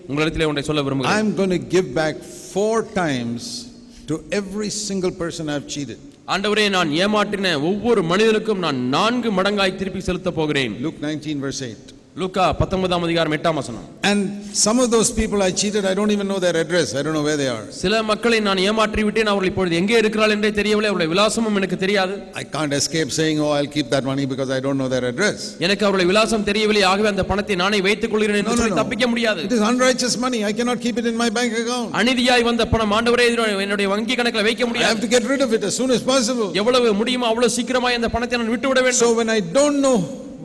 உங்களிடத்திலே ஒன்றை சொல்ல விரும்புகிறேன் I'm going to give back four times to every single person I've cheated. ஆண்டவரே நான் ஏமாற்றின ஒவ்வொரு மனிதனுக்கும் நான் நான்கு மடங்காய் திருப்பி செலுத்தப் போகிறேன் Luke 19, verse 8. லூக்கா பத்தொன்பதாம் அதிகாரம் எட்டாம் வசனம் And some of those people I cheated, I don't even know their address, I don't know where they are. சில மக்களை நான் ஏமாற்றி விட்டேன் அவர்கள் இப்பொழுது எங்கே இருக்கிறாள் என்றே தெரியவில்லை அவருடைய விலாசமும் எனக்கு தெரியாது I can't escape saying, oh, I'll keep that money because I don't know their address. எனக்கு அவருடைய விலாசம் தெரியவில்லை ஆகவே அந்த பணத்தை நானே வைத்துக் கொள்கிறேன் No, என்று no, சொல்லி no. தப்பிக்க முடியாது It is unrighteous money, I cannot keep it in my bank account. அநீதியாய் வந்த பணம் ஆண்டவரே இதனை என்னுடைய வங்கி கணக்கில் வைக்க I have முடியாது to get rid of it as soon as possible. எவ்வளவு முடியுமோ அவ்வளவு சீக்கிரமாய் அந்த பணத்தை நான் விட்டு விட வேண்டும் So when I don't know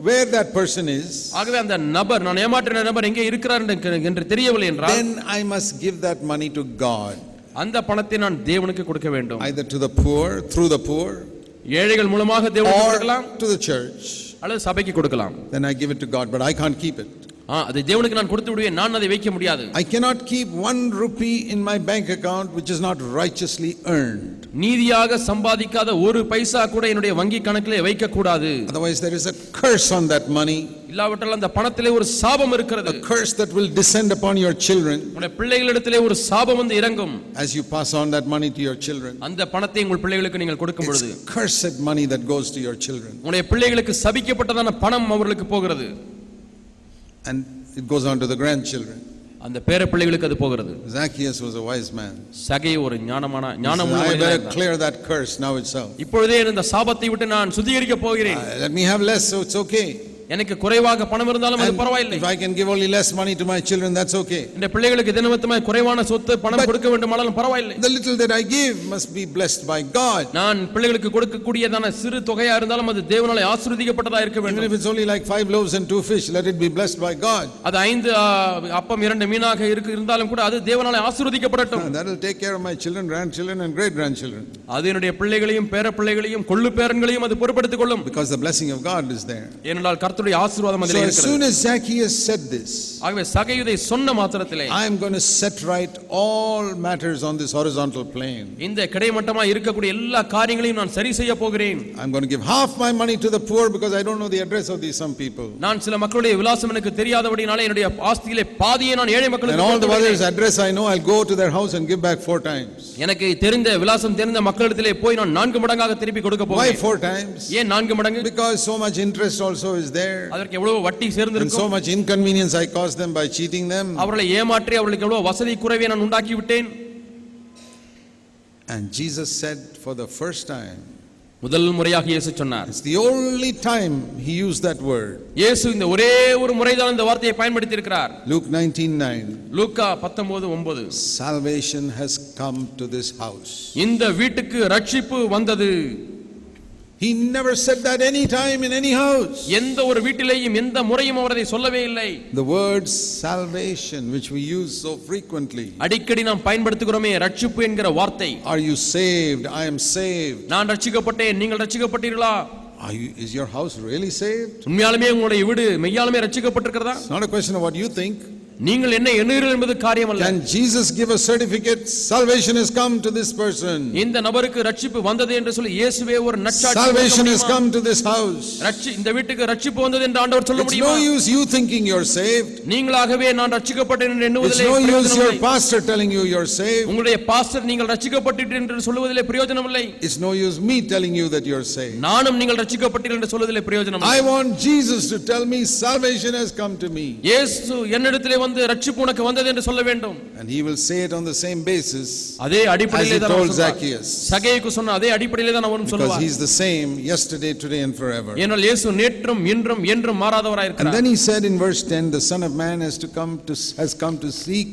where that person is, ஆகவே அந்த நபர் நான் ஏமாற்றின நபர் எங்கே இருக்கிறார் என்று- என்று தெரியவில்லை என்றால் then I must give that money to God, அந்த பணத்தை நான் தேவனுக்கு கொடுக்க வேண்டும் either to the poor, through the poor, ஏழைகள் மூலமாக தேவனுக்கு or கொடுக்கலாம் to the church. அல்லது சபைக்கு கொடுக்கலாம் Then I give it to God, but I can't keep it. ஆ, அதை தேவனுக்கு நான் கொடுத்து விடுவேன் நான் அதை வைக்க முடியாது I cannot keep one rupee in my bank account which is not righteously earned. நீதியாக சம்பாதிக்காத ஒரு பைசா கூட என்னுடைய வங்கி கணக்கிலே வைக்க கூடாது Otherwise, there is a curse on that money, இல்லாவிட்டால் அந்த பணத்திலே ஒரு சாபம் இருக்கிறது a curse that will descend upon your children உங்களுடைய பிள்ளைகளிடத்திலே ஒரு சாபம் வந்து இறங்கும் as you pass on that money to your children. அந்த பணத்தை உங்கள் பிள்ளைகளுக்கு நீங்கள் கொடுக்கும் பொழுது It's cursed money that goes to your children. உங்களுடைய பிள்ளைகளுக்கு சபிக்கப்பட்டதான பணம் அவர்களுக்கு போகிறது And it goes on to the grandchildren. அந்த பேர பிள்ளைகளுக்கு அது போகிறது Zacchaeus was a wise man. சகை ஒரு ஞானமான He said, ஞானம் உள்ள I மனிதனா better இருந்தான். clear that curse now itself. இப்பொழுதே இந்த சாபத்தை விட்டு நான் சுத்திகரிக்க Uh, போகிறேன் Let me have less, so it's okay. எனக்கு குறைவாக பணம் இருந்தாலும் அது And பரவாயில்லை If I can give only less money to my children, that's okay. இந்த பிள்ளைகளுக்கு தினமத்தமாய் குறைவான சொத்து பணம் கொடுக்க வேண்டுமானாலும் பரவாயில்லை The little that I give must be blessed by God. நான் பிள்ளைகளுக்கு கொடுக்கக்கூடியதான சிறு தொகையா இருந்தாலும் அது தேவனாலே ஆசீர்வதிக்கப்பட்டதா இருக்க Even வேண்டும் if it's only like five loaves and two fish, let it be blessed by God. அது ஐந்து ஆ, அப்பம் இரண்டு மீனாக இருக்கு இருந்தாலும் கூட அது தேவனாலே ஆசீர்வதிக்கப்படட்டும் And that'll take care of my children, grandchildren, and great grandchildren அது என்னுடைய பிள்ளைகளையும் பேர பிள்ளைகளையும் கொள்ளு பேரன்களையும் அது பொறுப்படுத்திக் கொள்ளும் because the blessing of God is there. ஏனென்றால் கர்த்தருடைய ஆசீர்வாதம் So அதிலே as இருக்கிறது soon as Zacchaeus said this, ஆகவே சகையுதை சொன்ன மாத்திரத்திலே I am going to set right all matters on this horizontal plane. இந்த கிடைமட்டமா இருக்கக்கூடிய எல்லா காரியங்களையும் நான் சரி செய்ய போகிறேன் I'm going to give half my money to the poor because I don't know the address of these some people. நான் சில மக்களுடைய விலாசம் எனக்கு தெரியாதபடினாலே என்னுடைய ஆஸ்தியிலே பாதியை நான் ஏழை And all the மக்களுக்கு others' address I know, I'll go to their house and give back four times. எனக்கு தெரிந்த விலாசம் தெரிந்த மக்களிடத்திலே போய் நான் நான்கு மடங்காக திருப்பி கொடுக்க Why போகிறேன் four times? ஏன் நான்கு மடங்கு Because so much interest also is there, அதற்கு எவ்வளவு வட்டி and so சேர்ந்திருக்கும் much inconvenience I caused them by cheating them. அவர்களை ஏமாற்றி அவர்களுக்கு எவ்வளவு வசதி குறைவை நான் உண்டாக்கி விட்டேன் And Jesus said for the first time, முதல் முறையாக இயேசு சொன்னார் it's the only time he used that word. இயேசு இந்த ஒரே ஒரு முறைதான் இந்த வார்த்தையை பயன்படுத்தி இருக்கிறார் Luke 19:9. லூக்கா பத்தொன்பது ஒன்பது Salvation has come to this house. இந்த வீட்டுக்கு ரட்சிப்பு வந்தது He never said that any time in any house. எந்த ஒரு வீட்டிலேயும் எந்த முறையும் அவர் அதை சொல்லவே இல்லை The word salvation, which we use so frequently, அடிக்கடி நாம் பயன்படுத்துகிறோமே ரட்சிப்பு என்கிற வார்த்தை are you saved? I am saved. நான் ரட்சிக்கப்பட்டேன் நீங்கள் ரட்சிக்கப்பட்டீர்களா Are you, is your house really saved? உண்மையாலுமே உங்களுடைய வீடு மெய்யாலுமே ரட்சிக்கப்பட்டிருக்கிறதா It's not a question of what you think. நீங்கள் என்ன எண்ணுகிறீர்கள் என்பது காரியம் அல்ல Can Jesus give a certificate? Salvation has come to this person. இந்த நபருக்கு ரட்சிப்பு வந்தது என்று சொல்லி இயேசுவே ஒரு நற்சாட்சி Salvation கொடுக்க has முடியுமா? come to this house. ரட்சி இந்த வீட்டுக்கு ரட்சிப்பு வந்தது என்று ஆண்டவர் சொல்ல It's முடியுமா no use you thinking you're saved. நீங்களாகவே நான் ரட்சிக்கப்பட்டேன் என்று It's எண்ணுவதிலே no use your பிரயோஜனம் இல்லை. pastor telling you you're saved. உங்களுடைய பாஸ்டர் நீங்கள் ரட்சிக்கப்பட்டீர்கள் என்று சொல்லுவதிலே பிரயோஜனம் இல்லை It's no use me telling you that you're saved. நானும் நீங்கள் ரட்சிக்கப்பட்டீர்கள் என்று சொல்வதிலே பிரயோஜனம் இல்லை. I want Jesus to tell me salvation has come to me. இயேசு என்னிடத்திலே வந்து ரட்சிப்பு உனக்கு வந்தது என்று சொல்ல வேண்டும் And he will say it on the same basis அதே அடிப்படையிலே As he தான் அவர் told சொல்வார். Zacchaeus. சகேயுக்கு சொன்ன அதே அடிப்படையிலே தான் அவரும் because சொல்லுவார் he's the same yesterday, today, and forever. ஏனால் இயேசு நேற்றும் இன்றும் என்றும் And மாறாதவராயிருக்கிறார் then he said in verse 10 the Son of Man has, to come to, has come to seek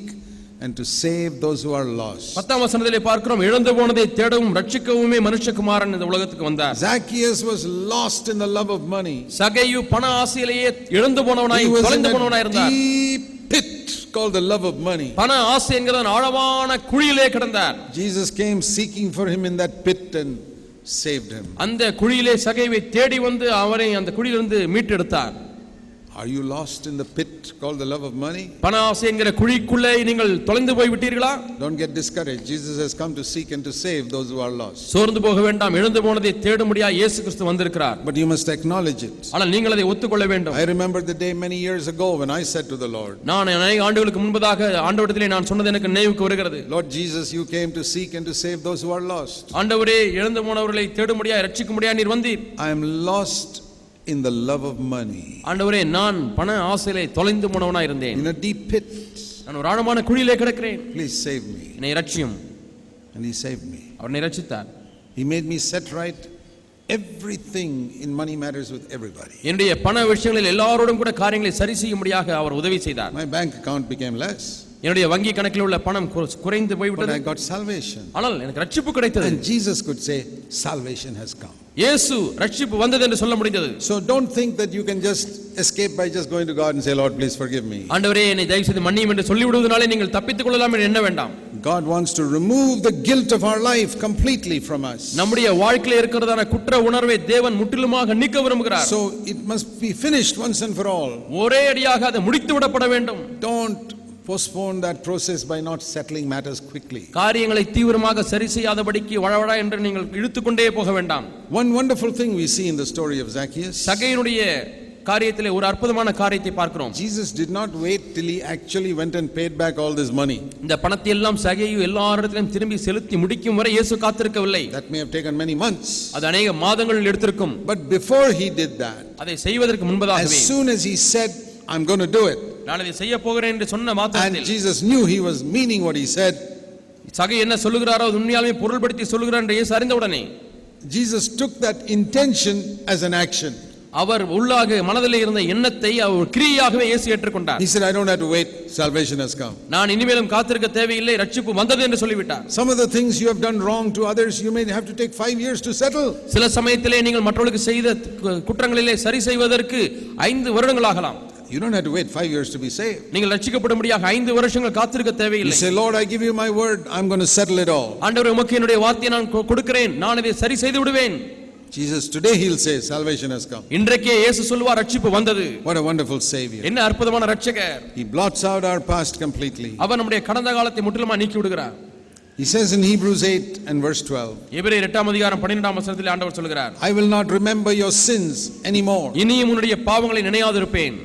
and to save those who are lost. பத்தாம் வசனத்திலே பார்க்கிறோம் இழந்து போனதை தேடவும் ரட்சிக்கவுமே மனுஷகுமாரன் இந்த உலகத்துக்கு வந்தார் Zacchaeus was lost in the love of money. சகையு பண ஆசையிலேயே இழந்து He போனவனாய் was in தொலைந்து a போனவனாய் இருந்தார் deep pit called the love of money. பண ஆசை என்கிறதன் ஆழமான குழியிலே கிடந்தார் Jesus came seeking for him in that pit and saved him. அந்த குழியிலே சகைவை தேடி வந்து அவரை அந்த குழியிலிருந்து மீட்டெடுத்தார் Are you lost in the pit called the love of money? பண ஆசை என்கிற குழிக்குள்ளே நீங்கள் தொலைந்து போய் விட்டீர்களா Don't get discouraged. Jesus has come to seek and to save those who are lost. சோர்ந்து போக வேண்டாம் இழந்து போனதை தேடும்படியா இயேசு கிறிஸ்து வந்திருக்கிறார் But you must acknowledge it. ஆனால் நீங்கள் அதை ஒத்துக்கொள்ள வேண்டும் I remember the day many years ago when I said to the Lord, நான் அநேக ஆண்டுகளுக்கு முன்பதாக ஆண்டவரிடத்திலே நான் சொன்னது எனக்கு நினைவுக்கு வருகிறது Lord Jesus, you came to seek and to save those who are lost. ஆண்டவரே இழந்து போனவர்களை தேடும்படியா ரட்சிக்கும்படியா நீர் வந்தீர் I am lost in the love of money, ஆண்டவரே நான் பண ஆசையிலே தொலைந்து போனவனா இருந்தேன் in a deep pit. நான் ஒரு ஆழமான குழியிலே கிடக்கிறேன் Please save me. என்னை ரட்சியும் And he saved me. அவர் என்னை ரட்சித்தார் He made me set right everything in money matters with everybody. என்னுடைய பண விஷயங்களில் எல்லாரோடும் கூட காரியங்களை சரி செய்யும்படியாக அவர் உதவி செய்தார் My bank account became less, என்னுடைய வங்கி கணக்கில் உள்ள பணம் குறை- குறைந்து but போய்விட்டது I got salvation. ஆனால் எனக்கு ரட்சிப்பு கிடைத்தது And Jesus could say, Salvation has come. இயேசு ரட்சிப்பு வந்தது என்று சொல்ல முடிந்தது So don't think that you can just escape by just going to God and say, Lord, please forgive me. ஆண்டவரே என்னை தயவு செய்து மன்னியும் என்று சொல்லிவிடுவதனாலே நீங்கள் தப்பித்துக் கொள்ளலாம் என்று எண்ண வேண்டாம் God wants to remove the guilt of our life completely from us. நம்முடைய வாழ்க்கையில இருக்கிறதான குற்ற உணர்வை தேவன் முற்றிலுமாக நீக்க விரும்புகிறார் So it must be finished once and for all. ஒரே அடியாக அது முடித்து விடப்பட வேண்டும் Don't postpone that process by not settling matters quickly. காரியங்களை தீவிரமாக சரி செய்யாதபடிக்கு வழவழா என்று நீங்கள் இழுத்துக்கொண்டே போக வேண்டாம் One wonderful thing we see in the story of Zacchaeus சகையினுடைய காரியத்திலே ஒரு அற்புதமான காரியத்தை பார்க்கிறோம் Jesus did not wait till he actually went and paid back all this money. இந்த பணத்தை எல்லாம் சகையு எல்லா இடத்திலும் திரும்பி செலுத்தி முடிக்கும் வரை இயேசு காத்திருக்கவில்லை That may have taken many months. அது அநேக மாதங்கள் எடுத்திருக்கும் But before he did that, அதை செய்வதற்கு முன்பதாகவே as soon as he said, I'm going to do it, நான் இதை செய்ய போகிறேன் என்று சொன்ன And மாத்திரத்தில் Jesus knew he was meaning what he said. சகை என்ன சொல்லுகிறாரோ அது உண்மையாலுமே பொருள்படுத்தி சொல்லுகிறார் என்று இயேசு அறிந்தவுடனே Jesus took that intention as an action. அவர் உள்ளாக மனதில் இருந்த எண்ணத்தை அவர் ஒரு கிரியையாகவே இயேசு ஏற்றுக்கொண்டார் He said, I don't have to wait, salvation has come. நான் இனிமேலும் காத்திருக்க தேவையில்லை ரட்சிப்பு வந்தது என்று சொல்லிவிட்டார் Some of the things you have done wrong to others, you may have to take five years to settle. சில சமயத்திலே நீங்கள் மற்றவர்களுக்கு செய்த கு- குற்றங்களிலே சரி செய்வதற்கு ஐந்து வருடங்களாகலாம் You don't have to wait five years to be saved. நீங்கள் ரட்சிக்கப்படும்படியாக ஐந்து வருஷங்கள் காத்திருக்க You தேவையில்லை say, Lord, I give you my word, I'm going to settle it all. ஆண்டவர் உமக்கு என்னுடைய வார்த்தையை நான் கொ- கொடுக்கிறேன் நான் இதை சரி செய்து விடுவேன் Jesus, today he'll say, salvation has come. இன்றைக்கே இயேசு சொல்வார் ரட்சிப்பு வந்தது What a wonderful Savior. என்ன அற்புதமான ரட்சகர் He blots out our past completely. அவர் நம்முடைய கடந்த காலத்தை முற்றிலுமா நீக்கி விடுகிறார் He says in Hebrews 8 and verse 12, எபிரேயர் எட்டாம் அதிகாரம் பன்னிரெண்டாம் வசனத்தில் ஆண்டவர் சொல்கிறார் I will not remember your sins anymore. இனியும் உன்னுடைய பாவங்களை நினையாதிருப்பேன்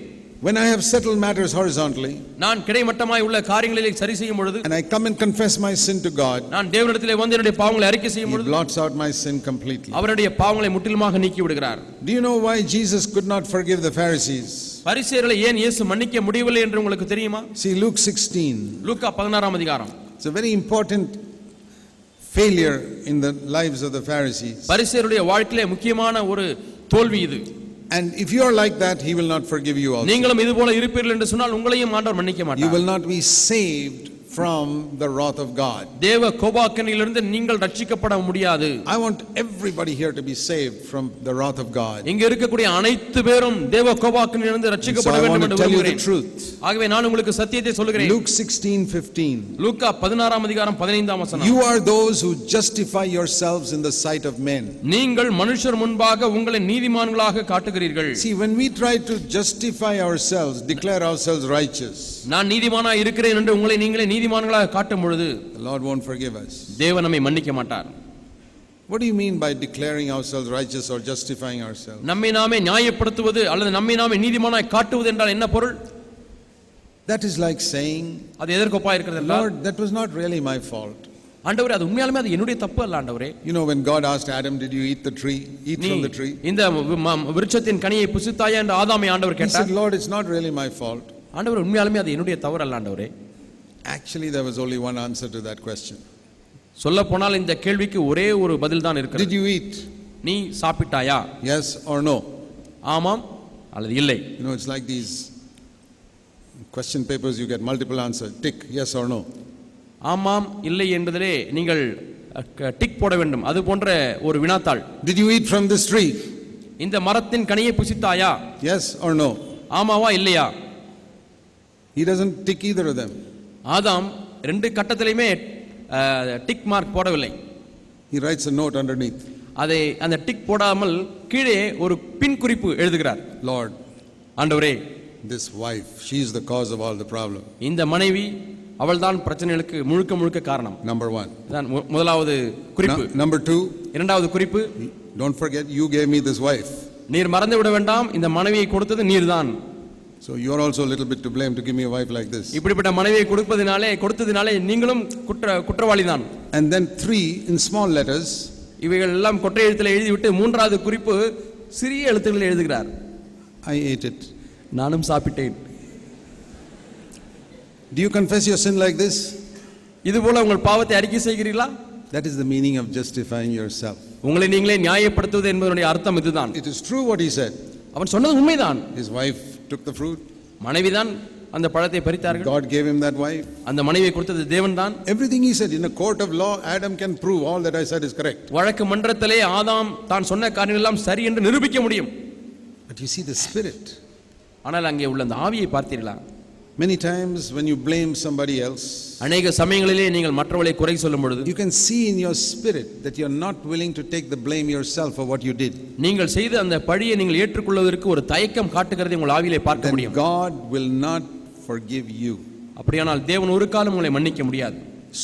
When I have settled matters horizontally, நான் கிடைமட்டமாய் உள்ள காரியங்களிலே சரி செய்யும் பொழுது And I come and confess my sin to God, நான் தேவனிடத்திலே வந்து என்னுடைய பாவங்களை அறிக்கை He செய்யும் பொழுது blots out my sin completely. அவருடைய பாவங்களை முற்றிலுமாக நீக்கி விடுகிறார் Do you know why Jesus could not forgive the Pharisees? பரிசேரலை ஏன் இயேசு மன்னிக்க முடியவில்லை என்று உங்களுக்கு தெரியுமா See, Luke 16, லூக்கா பதினாறாம் அதிகாரம் it's a very important failure in the lives of the Pharisees. பரிசேருடைய வாழ்க்கையிலே முக்கியமான ஒரு தோல்வி இது And if you are like that, He will not forgive you also. நீங்களும் இது போல இருப்பீர்கள் என்று சொன்னால் உங்களையும் ஆண்டவர் மன்னிக்க You மாட்டார் will not be saved from the wrath of God. தேவ கோபாக்கனிலிருந்து நீங்கள் ரட்சிக்கப்பட முடியாது I want everybody here to be saved from the wrath of God. இங்க இருக்கக்கூடிய அனைத்து பேரும் தேவ கோபாக்கனிலிருந்து And So ரட்சிக்கப்பட I வேண்டும் want to என்று tell you the விரும்புகிறேன் truth. ஆகவே நான் உங்களுக்கு சத்தியத்தை சொல்கிறேன் Luke 16, 15. லூக்கா பதினாறாம் அதிகாரம் பதினைந்தாம் வசனம் You are those who justify yourselves in the sight of men. நீங்கள் மனுஷர் முன்பாக உங்களை நீதிமான்களாக காட்டுகிறீர்கள் See, when we try to justify ourselves, declare ourselves righteous, நான் நீதிமானா இருக்கிறேன் என்று உங்களை நீங்களே நீதிமான்களாக காட்டும் பொழுது the Lord won't forgive us. தேவன் நம்மை மன்னிக்க மாட்டார் What do you mean by declaring ourselves righteous or justifying ourselves? நம்மை நாமே நியாயப்படுத்துவது அல்லது நம்மை நாமே நீதிமானாய் காட்டுவது என்றால் என்ன பொருள் That is like saying, அது எதற்கொப்பா இருக்கிறது என்றால் Lord, that was not really my fault. ஆண்டவரே அது உண்மையாலுமே அது என்னுடைய தப்பு அல்ல ஆண்டவரே You know, when God asked Adam, Did you eat the tree? Eat நீ from the tree? இந்த வி- ம- விருட்சத்தின் கனியை புசித்தாயா என்று ஆதாமை ஆண்டவர் He said, கேட்டார் Lord, it's not really my fault. ஆண்டவர் உண்மையாலுமே அது என்னுடைய தவறு அல்ல ஆண்டவரே Actually, there was only one answer to that question சொல்ல போனால் இந்த கேள்விக்கு ஒரே ஒரு பதில் தான் Did இருக்கிறது you eat? நீ சாப்பிட்டாயா Yes or no? ஆமாம் அல்லது இல்லை You know, it's like these question papers, you get multiple answers tick, yes or no. ஆமாம் இல்லை என்பதிலே நீங்கள் அ, க- டிக் போட வேண்டும் அது போன்ற ஒரு வினாத்தாள் Did you eat from this tree? இந்த மரத்தின் கனியை புசித்தாயா Yes or no? ஆமாவா இல்லையா He doesn't tick either of them. Adam ரெண்டு கட்டத்திலையுமே அ, டிக் மார்க் போடவில்லை He writes a note underneath அதை அந்த டிக் போடாமல் கீழே ஒரு பின் குறிப்பு எழுதுகிறார் Lord, ஆண்டவரே this wife, she is the cause of all the problem. இந்த மனைவி அவள்தான் பிரச்சனைகளுக்கு முழுக்க முழுக்க காரணம் Number one. இதான் மு- முதலாவது குறிப்பு Nu- number two, இரண்டாவது குறிப்பு don't forget you gave me this wife. நீர் மறந்து விட வேண்டாம் இந்த மனைவியை கொடுத்தது நீர்தான் So you're also a little bit to blame to give me a wife like this. இப்படிப்பட்ட மனைவியை கொடுப்பதினாலே கொடுத்ததினாலே நீங்களும் குற்ற குற்றவாளிதான் And then three, in small letters, இவைகள் எல்லாம் கொட்டை எழுத்தில் எழுதிவிட்டு மூன்றாவது குறிப்பு சிறிய எழுத்துக்களில் எழுதுகிறார் I ate it. நானும் சாப்பிட்டேன் Do you confess your sin like this? இதுபோல உங்கள் பாவத்தை அறிக்கை செய்கிறீர்களா That is the meaning of justifying yourself. உங்களை நீங்களே நியாயப்படுத்துவது என்பதனுடைய அர்த்தம் இதுதான் It is true what he said. அவன் சொன்னது உண்மைதான் His wife took the fruit, மனைவிதான் அந்த பழத்தை பறித்தார்கள் God gave him that wife. அந்த மனைவியை கொடுத்தது தேவன்தான் Everything he said in a court of law, Adam can prove all that I said is correct. வழக்கு மன்றத்திலே ஆதாம் தான் சொன்ன காரியங்கள் எல்லாம் சரி என்று நிரூபிக்க முடியும் But you see the spirit. ஆனால் அங்கே உள்ள அந்த ஆவியை பார்த்தீர்களா Many times when you blame somebody else, அநேக சமயங்களிலே நீங்கள் மற்றவர்களை குறை சொல்லும் பொழுது you can see in your spirit that you're not willing to take the blame yourself for what you did. நீங்கள் செய்த அந்த பழியை நீங்கள் ஏற்றுக்கொள்வதற்கு ஒரு தயக்கம் காட்டுகிறதை உங்கள் ஆவியிலே பார்க்க Then முடியும் God will not forgive you. அப்படியானால் தேவன் ஒரு காலம் உங்களை மன்னிக்க முடியாது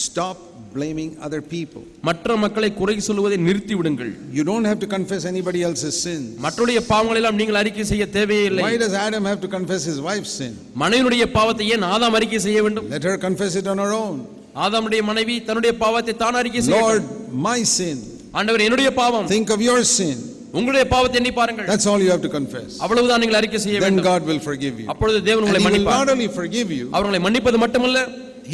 Stop blaming other people. மற்ற மக்களை குறை சொல்லுவதை நிறுத்தி விடுங்கள் You don't have to confess anybody else's sin. மற்றவருடைய பாவங்களை எல்லாம் நீங்கள் அறிக்கை செய்ய தேவையே இல்லை Why does Adam have to confess his wife's sin? மனைவியுடைய பாவத்தை ஏன் ஆதாம் அறிக்கை செய்ய வேண்டும் Let her confess it on her own. ஆதாமுடைய மனைவி தன்னுடைய பாவத்தை தான் அறிக்கை செய்ய Lord, my sin. ஆண்டவர் என்னுடைய பாவம் Think of your sin. உங்களுடைய பாவத்தை எண்ணி பாருங்கள் That's all you have to confess. அவ்வளவுதான் நீங்கள் அறிக்கை செய்ய Then வேண்டும் God will forgive you. அப்பொழுது தேவன் And உங்களை he will மன்னிப்பார் not only forgive you, அவர்களை மன்னிப்பது மட்டுமல்ல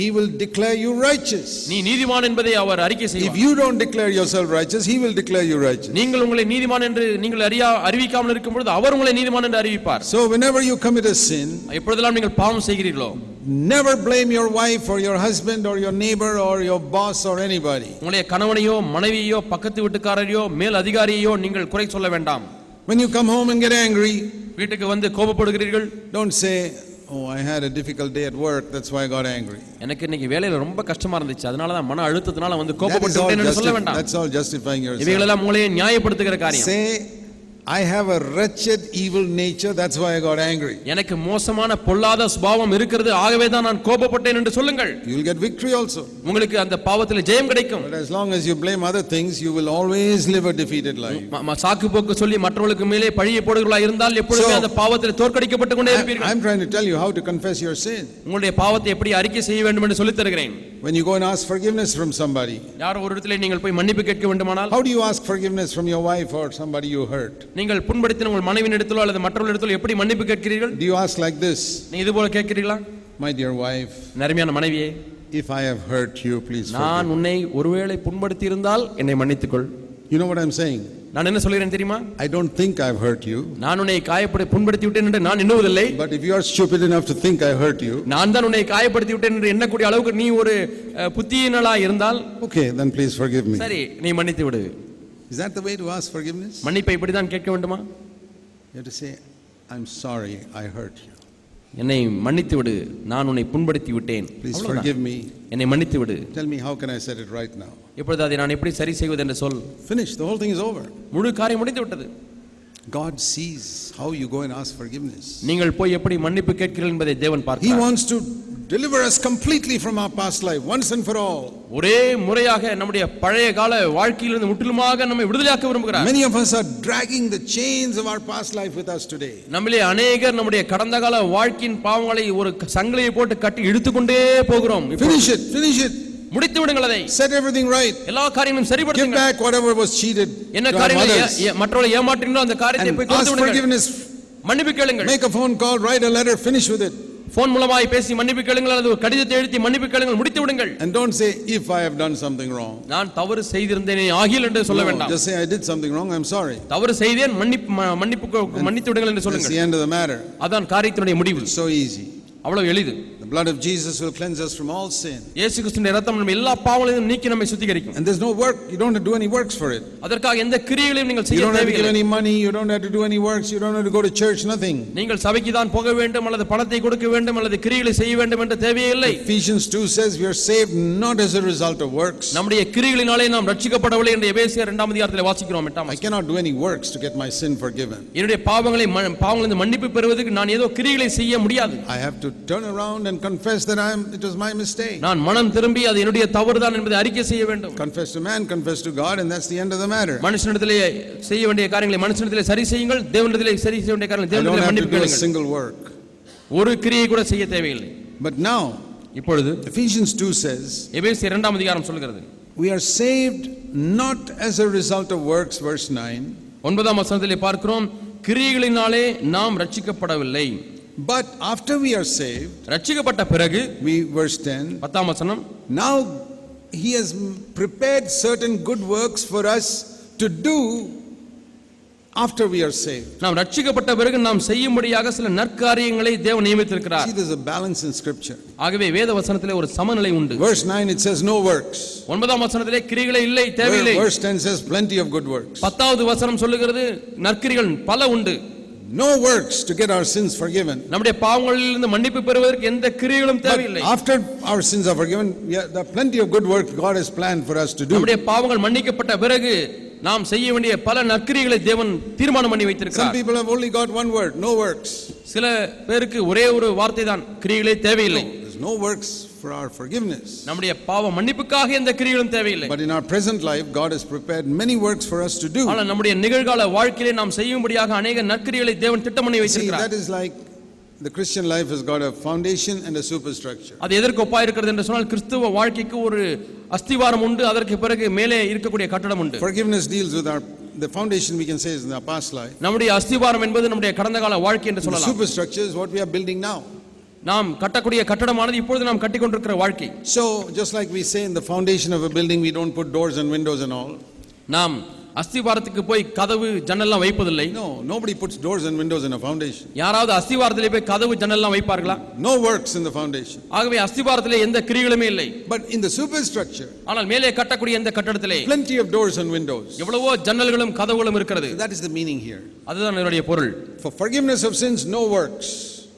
he will declare you righteous. நீ நீதிமான் என்பதை அவர் அறிக்கை If செய்வார் you don't declare yourself righteous, he will declare you righteous. நீங்கள் உங்களை நீதிமான் என்று நீங்கள் அறியா அறிவிக்காமல் இருக்கும் பொழுது அவர் உங்களை நீதிமான் என்று அறிவிப்பார் So whenever you commit a sin, எப்பொழுதெல்லாம் நீங்கள் பாவம் செய்கிறீர்களோ never blame your wife or your husband or your neighbor or your boss or anybody. உங்களுடைய கணவனையோ மனைவியோ பக்கத்து வீட்டுக்காரரையோ மேல் அதிகாரியையோ நீங்கள் குறை சொல்ல வேண்டாம் When you come home and get angry, வீட்டுக்கு வந்து கோபப்படுகிறீர்கள் don't say, Oh, I had a difficult day at work, that's why I got angry. எனக்கு இன்னைக்கு வேலையில ரொம்ப கஷ்டமா இருந்துச்சு அதனால தான் மன அழுத்தத்தினால வந்து That is all கோபப்பட்டு என்று சொல்ல justi- வேண்டாம் That's all justifying yourself. இவைகளெல்லாம் உங்களையே நியாயப்படுத்துகிற காரியம் Say, I have a wretched evil nature, that's why I got angry. எனக்கு மோசமான பொல்லாத சுபாவம் இருக்கிறது ஆகவே தான் நான் கோபப்பட்டேன் என்று சொல்லுங்கள் You'll get victory also. உங்களுக்கு அந்த பாவத்தில் ஜெயம் கிடைக்கும் But as long as you blame other things, you will always live a defeated life. ம- ம- சாக்கு போக்கு சொல்லி மற்றவர்களுக்கு மேலே பழியை போடுகிறவர்களா இருந்தால் எப்பொழுதுமே So- அந்த பாவத்தில் தோற்கடிக்கப்பட்டு கொண்டே I- இருப்பீர்கள் I'm trying to tell you how to confess your sin. உங்களுடைய பாவத்தை எப்படி அறிக்கை செய்ய வேண்டும் என்று சொல்லித் தருகிறேன் When you go and ask forgiveness from somebody, யாரோ ஒரு இடத்துல நீங்கள் போய் மன்னிப்பு கேட்க வேண்டுமானால் how do you ask forgiveness from your wife or somebody you hurt? நீங்கள் புண்படுத்தின உங்கள் மனைவியின் இடத்திலோ அல்லது மற்றவர்கள் இடத்திலோ எப்படி மன்னிப்பு கேட்கிறீர்கள் Do you ask like this, நீ இது போல கேட்கிறீர்களா my dear wife, நருமையான மனைவியே if I have hurt you, please forgive. நான் உன்னை ஒருவேளை புண்படுத்தி இருந்தால் என்னை மன்னித்துக்கொள் You know what I'm saying? நான் என்ன சொல்கிறேன் தெரியுமா I don't think I've hurt you, நான் உன்னை காயப்பட புண்படுத்தி விட்டேன் என்று நான் எண்ணுவதில்லை but if you are stupid enough to think I hurt you, நான் தான் உன்னை காயப்படுத்தி விட்டேன் என்று எண்ணக்கூடிய அளவுக்கு நீ ஒரு அஹ், புத்தியினளா இருந்தால் okay, then please forgive me. சரி நீ மன்னித்து விடு Is that the way to ask forgiveness? மன்னிப்பை இப்படிதான் கேட்க வேண்டுமா You have to say, I'm sorry I hurt you. என்னை மன்னித்து விடு நான் உன்னை புண்படுத்தி விட்டேன் Please அவ்வளவுதான். forgive me. என்னை மன்னித்து விடு Tell me how can I set it right now? இப்பொழுது அதை நான் எப்படி சரி செய்வது என்று சொல் Finished. The whole thing is over. முழு காரியம் முடிந்து விட்டது God sees how you go and ask forgiveness. நீங்கள் போய் எப்படி மன்னிப்பு கேட்கிறீர்கள் என்பதை தேவன் He பார்க்கிறார் wants to deliver us completely from our past life once and for all. ஒரே முறையாக நம்முடைய பழைய கால வாழ்க்கையிலிருந்து முற்றிலுமாக நம்மை விடுதலையாக்க விரும்புகிறார் Many of us are dragging the chains of our past life with us today. நம்மிலே அநேகர் நம்முடைய கடந்த கால வாழ்க்கையின் பாவங்களை ஒரு சங்கிலியை போட்டு கட்டி இழுத்துக்கொண்டே போகிறோம் இப்போ Finish it, finish it. முடித்து விடுங்கள் அதை Set everything right. எல்லா காரியங்களும் Give சரிபடுத்துங்கள் back whatever was cheated என்ன to our காரியங்களை ஏ- mothers. ஏ- மற்றவர்களை ஏமாற்றினோ அந்த காரியத்தை And போய் ask கொடுத்து விடுங்கள் forgiveness. மன்னிப்பு கேளுங்கள் Make a phone call, write a letter, finish with it. Phone மூலமாய் பேசி மன்னிப்பு கேளுங்கள் அல்லது ஒரு கடிதத்தை எழுதி மன்னிப்பு கேளுங்கள் முடித்து விடுங்கள் And don't say, if I have done something wrong. நான் தவறு செய்திருந்தேனே ஆகில் என்று சொல்ல No, வேண்டாம் Just say, I did something wrong, I'm sorry. தவறு செய்தேன் மன்னிப்பு ம- மன்னிப்பு கோ- மன்னித்து விடுங்கள் என்று That's சொல்லுங்கள் the end of the matter. அதான் காரியத்தினுடைய முடிவு It's so easy. அவ்வளவு எளிது The blood of Jesus will cleanse us from all sin. இயேசு கிறிஸ்துவின் ரத்தம் நம்ம எல்லா பாவங்களையும் நீக்கி நம்மை சுத்திகரிக்கும் And there's no work, you don't have to do any works for it. அதற்காக எந்த கிரியைகளையும் நீங்கள் You செய்ய don't have to give தேவையில்லை any money, you don't have to do any works, you don't have to go to church, nothing. நீங்கள் சபைக்கு தான் போக வேண்டும் அல்லது பணத்தை கொடுக்க வேண்டும் அல்லது கிரிகளை செய்ய வேண்டும் என்ற தேவையே இல்லை Ephesians 2 says we are saved not as a result of works. நம்முடைய கிரிகளினாலே நாம் ரட்சிக்கப்படவில்லை என்று எபேசியர் இரண்டாம் அதிகாரத்தில் வாசிக்கிறோம் எட்டாம் I வசனம். cannot do any works to get my sin forgiven. என்னுடைய பாவங்களை ம- பாவங்களிலிருந்து மன்னிப்பு பெறுவதற்கு நான் ஏதோ கிரிகளை செய்ய முடியாது I have to turn around and confess that I am, it was my mistake. நான் மனம் திரும்பி அது என்னுடைய தவறுதான் என்பதை அறிக்கை செய்ய வேண்டும் Confess to man, confess to God, and that's the end of the matter. மனுஷனிடத்திலே செய்ய வேண்டிய காரியங்களை மனுஷனிடத்திலே சரி செய்யுங்கள் தேவனிடத்திலே சரி செய்ய வேண்டிய காரியங்களை I don't தேவனிடத்திலே have to மன்னிப்பு do a கேளுங்கள் single work. ஒரு கிரியை கூட செய்ய தேவையில்லை But now, இப்பொழுது Ephesians 2 says எபேசியர் இரண்டாம் அதிகாரம் சொல்கிறது we are saved not as a result of works, verse 9, ஒன்பதாம் வசனத்திலே பார்க்கிறோம் கிரியைகளினாலே நாம் ரட்சிக்கப்படவில்லை But after we are saved, ரட்சிக்கப்பட்ட பிறகு we verse 10, பத்தாம் வசனம் now he has prepared certain good works for us to do after we are saved. நாம் ரட்சிக்கப்பட்ட பிறகு நாம் செய்யும்படியாக சில நற்காரியங்களை தேவன் See, நியமித்திருக்கிறார் there's a balance in scripture. ஆகவே வேத வசனத்திலே ஒரு சமநிலை உண்டு Verse 9, it says no works. ஒன்பதாம் வசனத்திலே கிரிகளை இல்லை தேவையில்லை Verse 10 says plenty of good works. பத்தாவது வசனம் சொல்லுகிறது நற்கிரிகள் பல உண்டு No works to get our sins forgiven. நம்முடைய பாவங்களிலிருந்து மன்னிப்பு பெறுவதற்கு எந்த கிரிகளும் But தேவையில்லை after our sins are forgiven, yeah, there are plenty of good work God has planned for us to do. நம்முடைய பாவங்கள் மன்னிக்கப்பட்ட பிறகு நாம் செய்ய வேண்டிய பல நற்கிரிகளை தேவன் தீர்மானம் பண்ணி Some வைத்திருக்கிறார் people have only got one word, no works. சில பேருக்கு ஒரே ஒரு வார்த்தை தான் கிரிகளே தேவையில்லை There's no works for our forgiveness. நம்முடைய பாவ மன்னிப்புக்காக எந்த கிரிகளும் தேவையில்லை But in our present life, God has prepared many works for us to do. ஆனால் நம்முடைய நிகழ்கால வாழ்க்கையிலே நாம் செய்யும்படியாக அநேக நற்கிரிகளை தேவன் திட்டம் பண்ணி See, வைத்திருக்கிறார் that is like the Christian life has got a foundation and a superstructure. அது எதற்கு ஒப்பா இருக்கிறது என்று சொன்னால் கிறிஸ்துவ வாழ்க்கைக்கு ஒரு அஸ்திவாரம் உண்டு அதற்கு பிறகு மேலே இருக்கக்கூடிய கட்டடம் உண்டு Forgiveness deals with our, the foundation we can say is in our past life. நம்முடைய அஸ்திவாரம் என்பது நம்முடைய கடந்த கால வாழ்க்கை என்று The சொல்லலாம் superstructure is what we are building now. நாம் கட்டக்கூடிய கட்டடமானது இப்பொழுது நாம் கட்டிக்கொண்டிருக்கிற வாழ்க்கை So, just like we say in the foundation of a building, we don't put doors and windows and all. நாம் அஸ்திவாரத்துக்கு போய் கதவு ஜன்னல்லாம் வைப்பதில்லை No, nobody puts doors and windows in a foundation. யாராவது அஸ்திவாரத்திலே போய் கதவு ஜன்னல்லாம் வைப்பார்களா No works in the foundation. ஆகவே அஸ்திவாரத்திலே எந்த கிரிகளுமே இல்லை But in the superstructure, ஆனால் மேலே கட்டக்கூடிய எந்த கட்டடத்திலே plenty of doors and windows. எவ்வளவோ ஜன்னல்களும் கதவுகளும் இருக்கிறது That is the meaning here. அதுதான் என்னுடைய பொருள் For forgiveness of sins, no works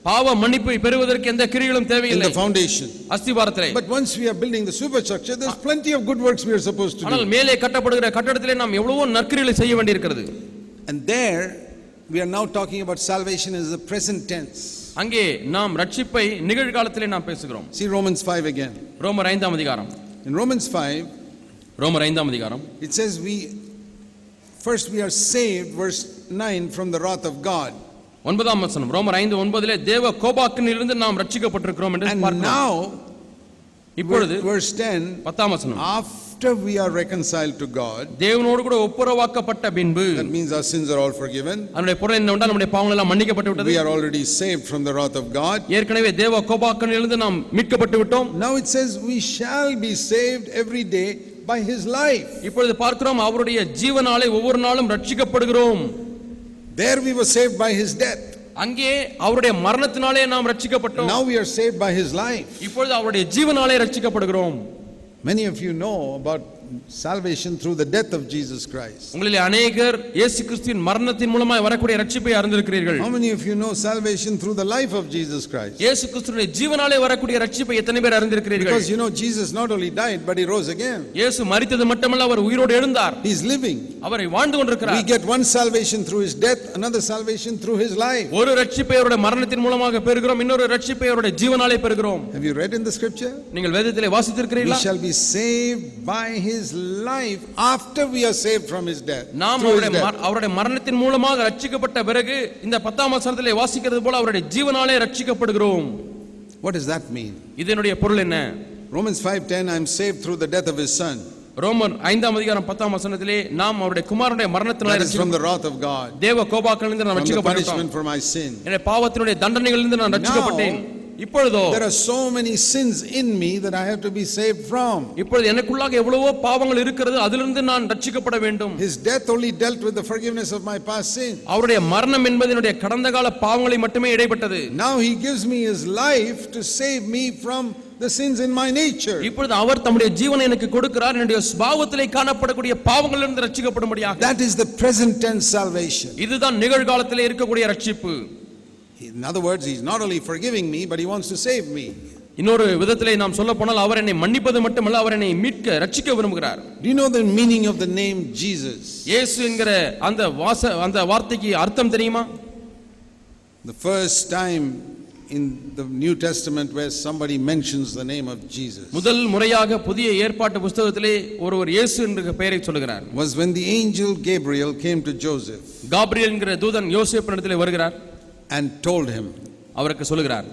பாவ மன்னிப்பை பெறுவதற்கு எந்த கிரிகளும் in தேவையில்லை the foundation. அஸ்திவாரத்திலே But once we are building the superstructure, there's plenty of good works we are supposed to ஆனால் do. மேலே கட்டப்படுகிற கட்டடத்திலே நாம் எவ்வளவோ நற்கிரிகளை செய்ய வேண்டியிருக்கிறது And there, we are now talking about salvation as the present tense. அங்கே நாம் ரட்சிப்பை நிகழ்காலத்திலே நாம் பேசுகிறோம் See Romans 5 again. ரோமர் ஐந்தாம் அதிகாரம் In Romans 5, ரோமர் ஐந்தாம் அதிகாரம் it says we, first we are saved, verse 9, from the wrath of God. ஒன்பதாம் வசனம் ரோமர் ஐந்து ஒன்பதிலே தேவ கோபாக்கினிலிருந்து நாம் ரட்சிக்கப்பட்டிருக்கிறோம் என்று And பார்க்கிறோம் now, இப்பொழுது verse 10, பத்தாம் வசனம் after we are reconciled to God, தேவனோடு கூட ஒப்புரவாக்கப்பட்ட பின்பு that means our sins are all forgiven, அதனுடைய பொருள் என்னவென்றால் நம்முடைய பாவங்கள் எல்லாம் மன்னிக்கப்பட்டு விட்டது we are already saved from the wrath of God. ஏற்கனவே தேவ கோபாக்கனிலிருந்து நாம் மீட்கப்பட்டு விட்டோம் Now it says we shall be saved every day by His life. இப்பொழுது பார்க்கிறோம் அவருடைய ஜீவனாலே ஒவ்வொரு நாளும் ரட்சிக்கப்படுகிறோம் There we were saved by his death. அங்கே அவருடைய மரணத்தினாலே நாம் ரட்சிக்கப்பட்டோம் Now we are saved by his life. இப்பொழுது அவருடைய ஜீவனாலே ரட்சிக்கப்படுகிறோம் Many of you know about salvation through the death of Jesus Christ. உங்களிலே அநேகர் இயேசு கிறிஸ்துவின் மரணத்தின் மூலமாய் வரக்கூடிய ரட்சிப்பை அறிந்திருக்கிறீர்கள் How many of you know salvation through the life of Jesus Christ? இயேசு கிறிஸ்துவின் ஜீவனாலே வரக்கூடிய ரட்சிப்பை எத்தனை பேர் அறிந்திருக்கிறீர்கள் Because you know, Jesus not only died, but he rose again. இயேசு மரித்தது மட்டுமல்ல அவர் உயிரோடு எழுந்தார் He's living. அவரை வாழ்ந்து We கொண்டிருக்கிறார் get one salvation through his death, another salvation through his life. ஒரு ரட்சிப்பை அவருடைய மரணத்தின் மூலமாக பெறுகிறோம் இன்னொரு ரட்சிப்பை அவருடைய ஜீவனாலே பெறுகிறோம் Have you read in the scripture? நீங்கள் வேதத்திலே We வாசித்திருக்கிறீர்களா shall be saved by his life after we are saved from his death. நாம் through his அவருடைய death. மர- அவருடைய மரணத்தின் மூலமாக ரட்சிக்கப்பட்ட பிறகு இந்த பத்தாம் வசனத்திலே வாசிக்கிறது போல அவருடைய ஜீவனாலே ரட்சிக்கப்படுகிறோம் What does that mean? இதனுடைய பொருள் என்ன Romans 5:10, I am saved through the death of his son. ரோமர் ஐந்தாம் அதிகாரம் பத்தாம் வசனத்திலே நாம் அவருடைய குமாரனுடைய மரணத்தினாலே That is from ரட்சிக்க- the wrath of God, தேவ கோபாக்களிலிருந்து நான் from the ரட்சிக்கப்பட்டோம் punishment for my sin. என்னுடைய பாவத்தினுடைய தண்டனைகளிலிருந்து நான் ரட்சிக்கப்பட்டேன் இப்பொழுதோ There are so many sins in me that I have to be saved from. இப்பொழுது எனக்குள்ளாக எவ்வளவோ பாவங்கள் இருக்கிறது அதிலிருந்து நான் ரட்சிக்கப்பட வேண்டும் His death only dealt with the forgiveness of my past sin. அவருடைய மரணம் என்பது என்னுடைய கடந்த கால பாவங்களை மட்டுமே இடைப்பட்டது Now he gives me his life to save me from the sins in my nature. இப்பொழுது அவர் தம்முடைய ஜீவனை எனக்கு கொடுக்கிறார் என்னுடைய சுபாவத்திலே காணப்படக்கூடிய பாவங்களிலிருந்து ரட்சிக்கப்படும்படியாக That is the present tense salvation. இதுதான் நிகழ்காலத்திலே இருக்கக்கூடிய ரட்சிப்பு In other words, he's not only forgiving me, but he wants to save me. இன்னொரு விதத்திலே நாம் சொல்ல போனால் அவர் என்னை மன்னிப்பது மட்டுமல்ல அவர் என்னை மீட்க ரட்சிக்க விரும்புகிறார் Do you know the meaning of the name Jesus? இயேசு என்கிற அந்த வாச அந்த வார்த்தைக்கு அர்த்தம் தெரியுமா The first time in the New Testament where somebody mentions the name of Jesus. முதல் முறையாக புதிய ஏற்பாட்டு புஸ்தகத்திலே ஒருவர் இயேசு என்ற பெயரை சொல்லுகிறார் was when the angel Gabriel came to Joseph Gabriel என்கிற தூதன் யோசேப்பு இடத்திலே வருகிறார் and told him, அவருக்கு சொல்லுகிறார்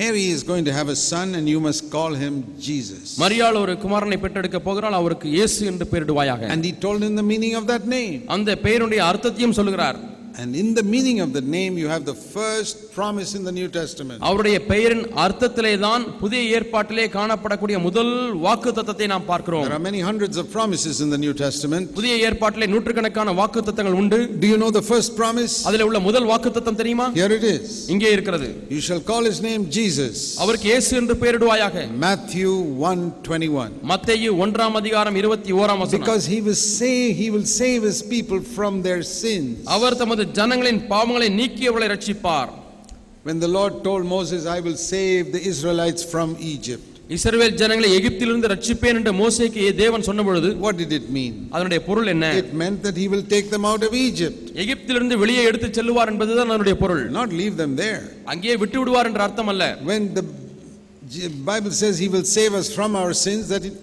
Mary is going to have a son, and you must call him Jesus. மரியாள் ஒரு குமாரனை பெற்றெடுக்க போகிறாள் அவருக்கு இயேசு என்று பெயரிடுவாயாக And he told him the meaning of that name. அந்த பெயருடைய அர்த்தத்தையும் சொல்கிறார் And in the meaning of the name, you have the first promise in the New Testament. அவருடைய பெயரின் அர்த்தத்திலே தான் புதிய ஏற்பாட்டிலே காணப்படக்கூடிய முதல் வாக்கு தத்தத்தை நாம் பார்க்கிறோம் There are many hundreds of promises in the New Testament. புதிய ஏற்பாட்டிலே நூற்றுக்கணக்கான வாக்கு தத்தங்கள் உண்டு Do you know the first promise? அதில் உள்ள முதல் வாக்கு தத்தம் தெரியுமா Here it is. இங்கே இருக்கிறது You shall call his name Jesus. அவருக்கு இயேசு என்று பெயரிடுவாயாக Matthew 1:21. மத்தேயு ஒன்றாம் அதிகாரம் இருபத்தி ஓராம் வசனம் Because he will say he will save his people from their sins. அவர் தமது ஜனங்களின் பாவங்களை நீக்கியவளை ரட்சிப்பார் When the Lord told Moses, I will save the Israelites from Egypt. இஸ்ரவேல் ஜனங்களை எகிப்திலிருந்து ரட்சிப்பேன் என்று மோசேக்கு தேவன் சொன்ன பொழுது What did it mean? அதனுடைய பொருள் என்ன It meant that he will take them out of Egypt, எகிப்திலிருந்து வெளியே எடுத்துச் செல்லுவார் என்பதுதான் அதனுடைய பொருள் not leave them there. அங்கேயே விட்டு விடுவார் என்ற அர்த்தம் அல்ல When the J- Bible says he will save us from our sins, that it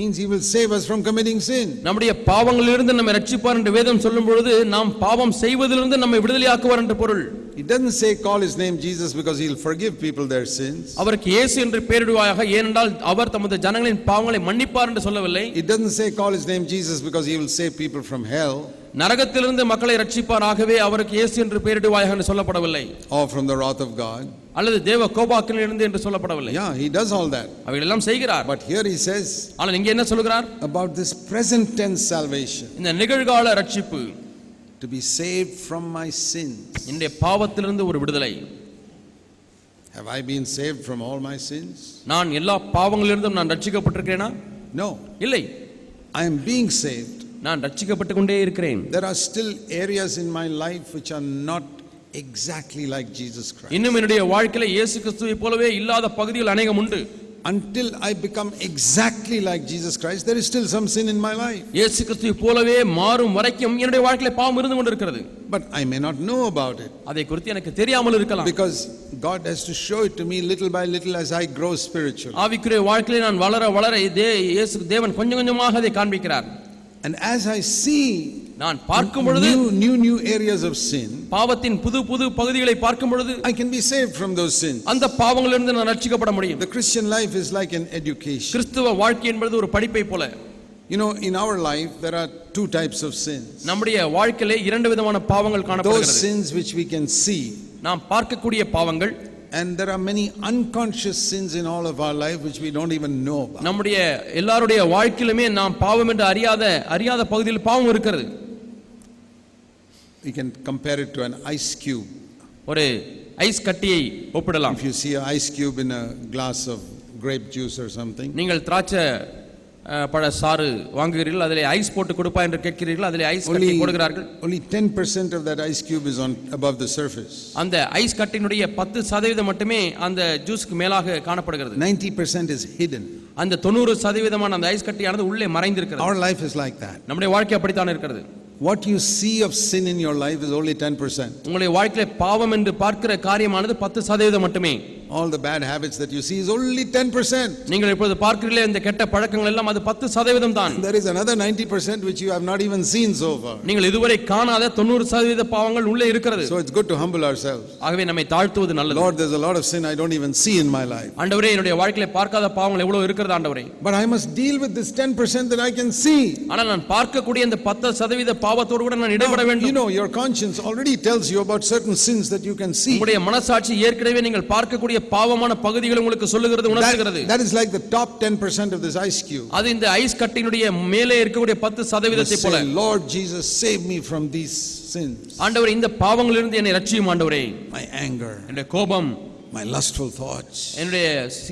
means he will save us from committing sin. நம்முடைய பாவங்களிலிருந்து நம்மை ரட்சிப்பார் என்று வேதம் சொல்லும் பொழுது நாம் பாவம் செய்வதிலிருந்து நம்மை விடுதலையாக்குவார் என்று பொருள் He doesn't say call his name Jesus because he'll forgive people their sins. அவருக்கு இயேசு என்று பெயரிடுவாயாக ஏனென்றால் அவர் தமது ஜனங்களின் பாவங்களை மன்னிப்பார் என்று சொல்லவில்லை It doesn't say call his name Jesus because he will save people from hell நரகத்திலிருந்து மக்களை ரட்சிப்பார் ஆகவே அவருக்கு இயேசு என்று பெயரிடுவாயாக என்று சொல்லப்படவில்லை or from the wrath of God. அல்லது தேவ கோபாக்கிலிருந்து என்று சொல்லப்படவில்லை Yeah, he does all that. அவையெல்லாம் செய்கிறார் But here he says ஆனால் இங்கே என்ன சொல்கிறார் about this present tense salvation இந்த நிகழ்கால ரட்சிப்பு to be saved from my sins. என்னுடைய பாவத்திலிருந்து ஒரு விடுதலை Have I been saved from all my sins? நான் எல்லா பாவங்களிலிருந்தும் நான் ரட்சிக்கப்பட்டிருக்கிறேனா No, இல்லை I am being saved. நான் ரட்சிக்கப்பட்டு கொண்டே இருக்கிறேன் There are still areas in my life which are not exactly like Jesus Christ. இன்னும் என்னுடைய வாழ்க்கையில இயேசு கிறிஸ்துவை போலவே இல்லாத பகுதிகள் அநேகம் உண்டு Until I become exactly like Jesus Christ, there is still some sin in my life. இயேசு கிறிஸ்துவை போலவே மாறும் வரைக்கும் என்னுடைய வாழ்க்கையில பாவம் இருந்து கொண்டிருக்கிறது But I may not know about it அதை குறித்து எனக்கு தெரியாமல் இருக்கலாம் because God has to show it to me little by little as I grow spiritually. ஆவிக்குரிய வாழ்க்கையில நான் வளர வளர இதே இயேசு தேவன் கொஞ்சம் கொஞ்சமாக அதை காண்பிக்கிறார் And as I see நான் Ah. பார்க்கும் பொழுது new, new, new areas of sin, பாவத்தின் புது புது பகுதிகளை பார்க்கும் பொழுது I can be saved from those sins. அந்த பாவங்களிலிருந்து நான் ரட்சிக்கப்பட முடியும் The Christian life is like an education. கிறிஸ்துவ வாழ்க்கை என்பது ஒரு படிப்பை போல You know, in our life, there are two types of sins நம்முடைய வாழ்க்கையிலே இரண்டு விதமான பாவங்கள் those காணப்படுகிறது sins which we can see. நாம் பார்க்கக்கூடிய பாவங்கள் And there are many unconscious sins in all of our life which we don't even know about. நம்முடைய எல்லாருடைய வாழ்க்கையிலுமே நாம் பாவம் என்று அறியாத அறியாத பகுதியில் பாவம் இருக்கிறது You can compare it to an ice cube. ஒரு ஐஸ் கட்டியை ஒப்பிடலாம் If you see an ice cube in a glass of grape juice or something, நீங்கள் திராட்சை அஹ், பழ சாறு வாங்குகிறீர்கள் அதிலே ஐஸ் போட்டு கொடுப்பா என்று கேட்கிறீர்கள் அதிலே ஐஸ் கட்டி only, போடுகிறார்கள் only 10% of that ice cube is on above the surface. அந்த ஐஸ் கட்டினுடைய பத்து சதவீதம் மட்டுமே அந்த ஜூஸ்க்கு மேலாக காணப்படுகிறது 90% is hidden. அந்த தொண்ணூறு சதவீதமான அந்த ஐஸ் கட்டியானது உள்ளே மறைந்திருக்கிறது Our life is like that. நம்முடைய வாழ்க்கை அப்படித்தான் இருக்கிறது What you see of sin in your life is only 10%. உங்களுடைய வாழ்க்கையில பாவம் என்று பார்க்கிற காரியமானது பத்து சதவீதம் மட்டுமே All the bad habits that you see is only 10%. நீங்கள் இப்பொழுது பார்க்கிறீர்களே இந்த கெட்ட பழக்கங்கள் எல்லாம் அது பத்து சதவீதம் தான் There is another 90% which you have not even seen so far. நீங்கள் இதுவரை காணாத தொண்ணூறு சதவீத பாவங்கள் உள்ளே இருக்கிறது So it's good to humble ourselves. ஆகவே நம்மை தாழ்த்துவது நல்லது Lord, there's a lot of sin I don't even see in my life. ஆண்டவரே என்னுடைய வாழ்க்கையில பார்க்காத பாவங்கள் எவ்வளவு இருக்கிறது ஆண்டவரே But I must deal with this 10% that I can see. ஆனால் நான் பார்க்கக்கூடிய இந்த பத்து சதவீத பாவத்தோடு கூட நான் Now, இடைபட you வேண்டும் know, your conscience already tells you about certain sins that you can see. உங்களுடைய மனசாட்சி ஏற்கனவே நீங்கள் பார்க்கக்கூடிய பாவமான பகுதிகள் உங்களுக்கு சொல்லுகிறது உணர்த்துகிறது That, that is like the top 10% of this ice cube. அது இந்த ஐஸ் கட்டினுடைய மேலே இருக்கக்கூடிய பத்து Just சதவீதத்தை போல say, Lord Jesus, save me from these sins. ஆண்டவரே இந்த பாவங்களிலிருந்து என்னை ரட்சியும் ஆண்டவரே My anger, என்னுடைய கோபம் my lustful thoughts, என்னுடைய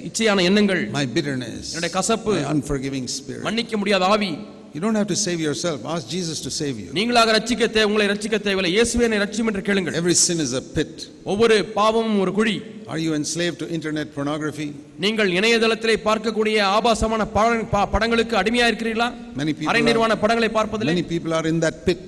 இச்சையான எண்ணங்கள் my bitterness, என்னுடைய கசப்பு my unforgiving spirit. மன்னிக்க முடியாத ஆவி You don't have to save yourself. Ask Jesus to save you. நீங்களாக ரட்சிக்க தேவை உங்களை ரட்சிக்க தேவையில்லை இயேசுவே என்னை ரட்சியும் என்று கேளுங்கள் Every sin is a pit. ஒவ்வொரு பாவமும் ஒரு குழி Are you enslaved to internet pornography? நீங்கள் இணையதளத்திலே பார்க்கக்கூடிய ஆபாசமான பட- ப- படங்களுக்கு அடிமையா இருக்கிறீர்களா Many people அரை are- நிர்வாண படங்களை பார்ப்பதில்லை Many people are in that pit.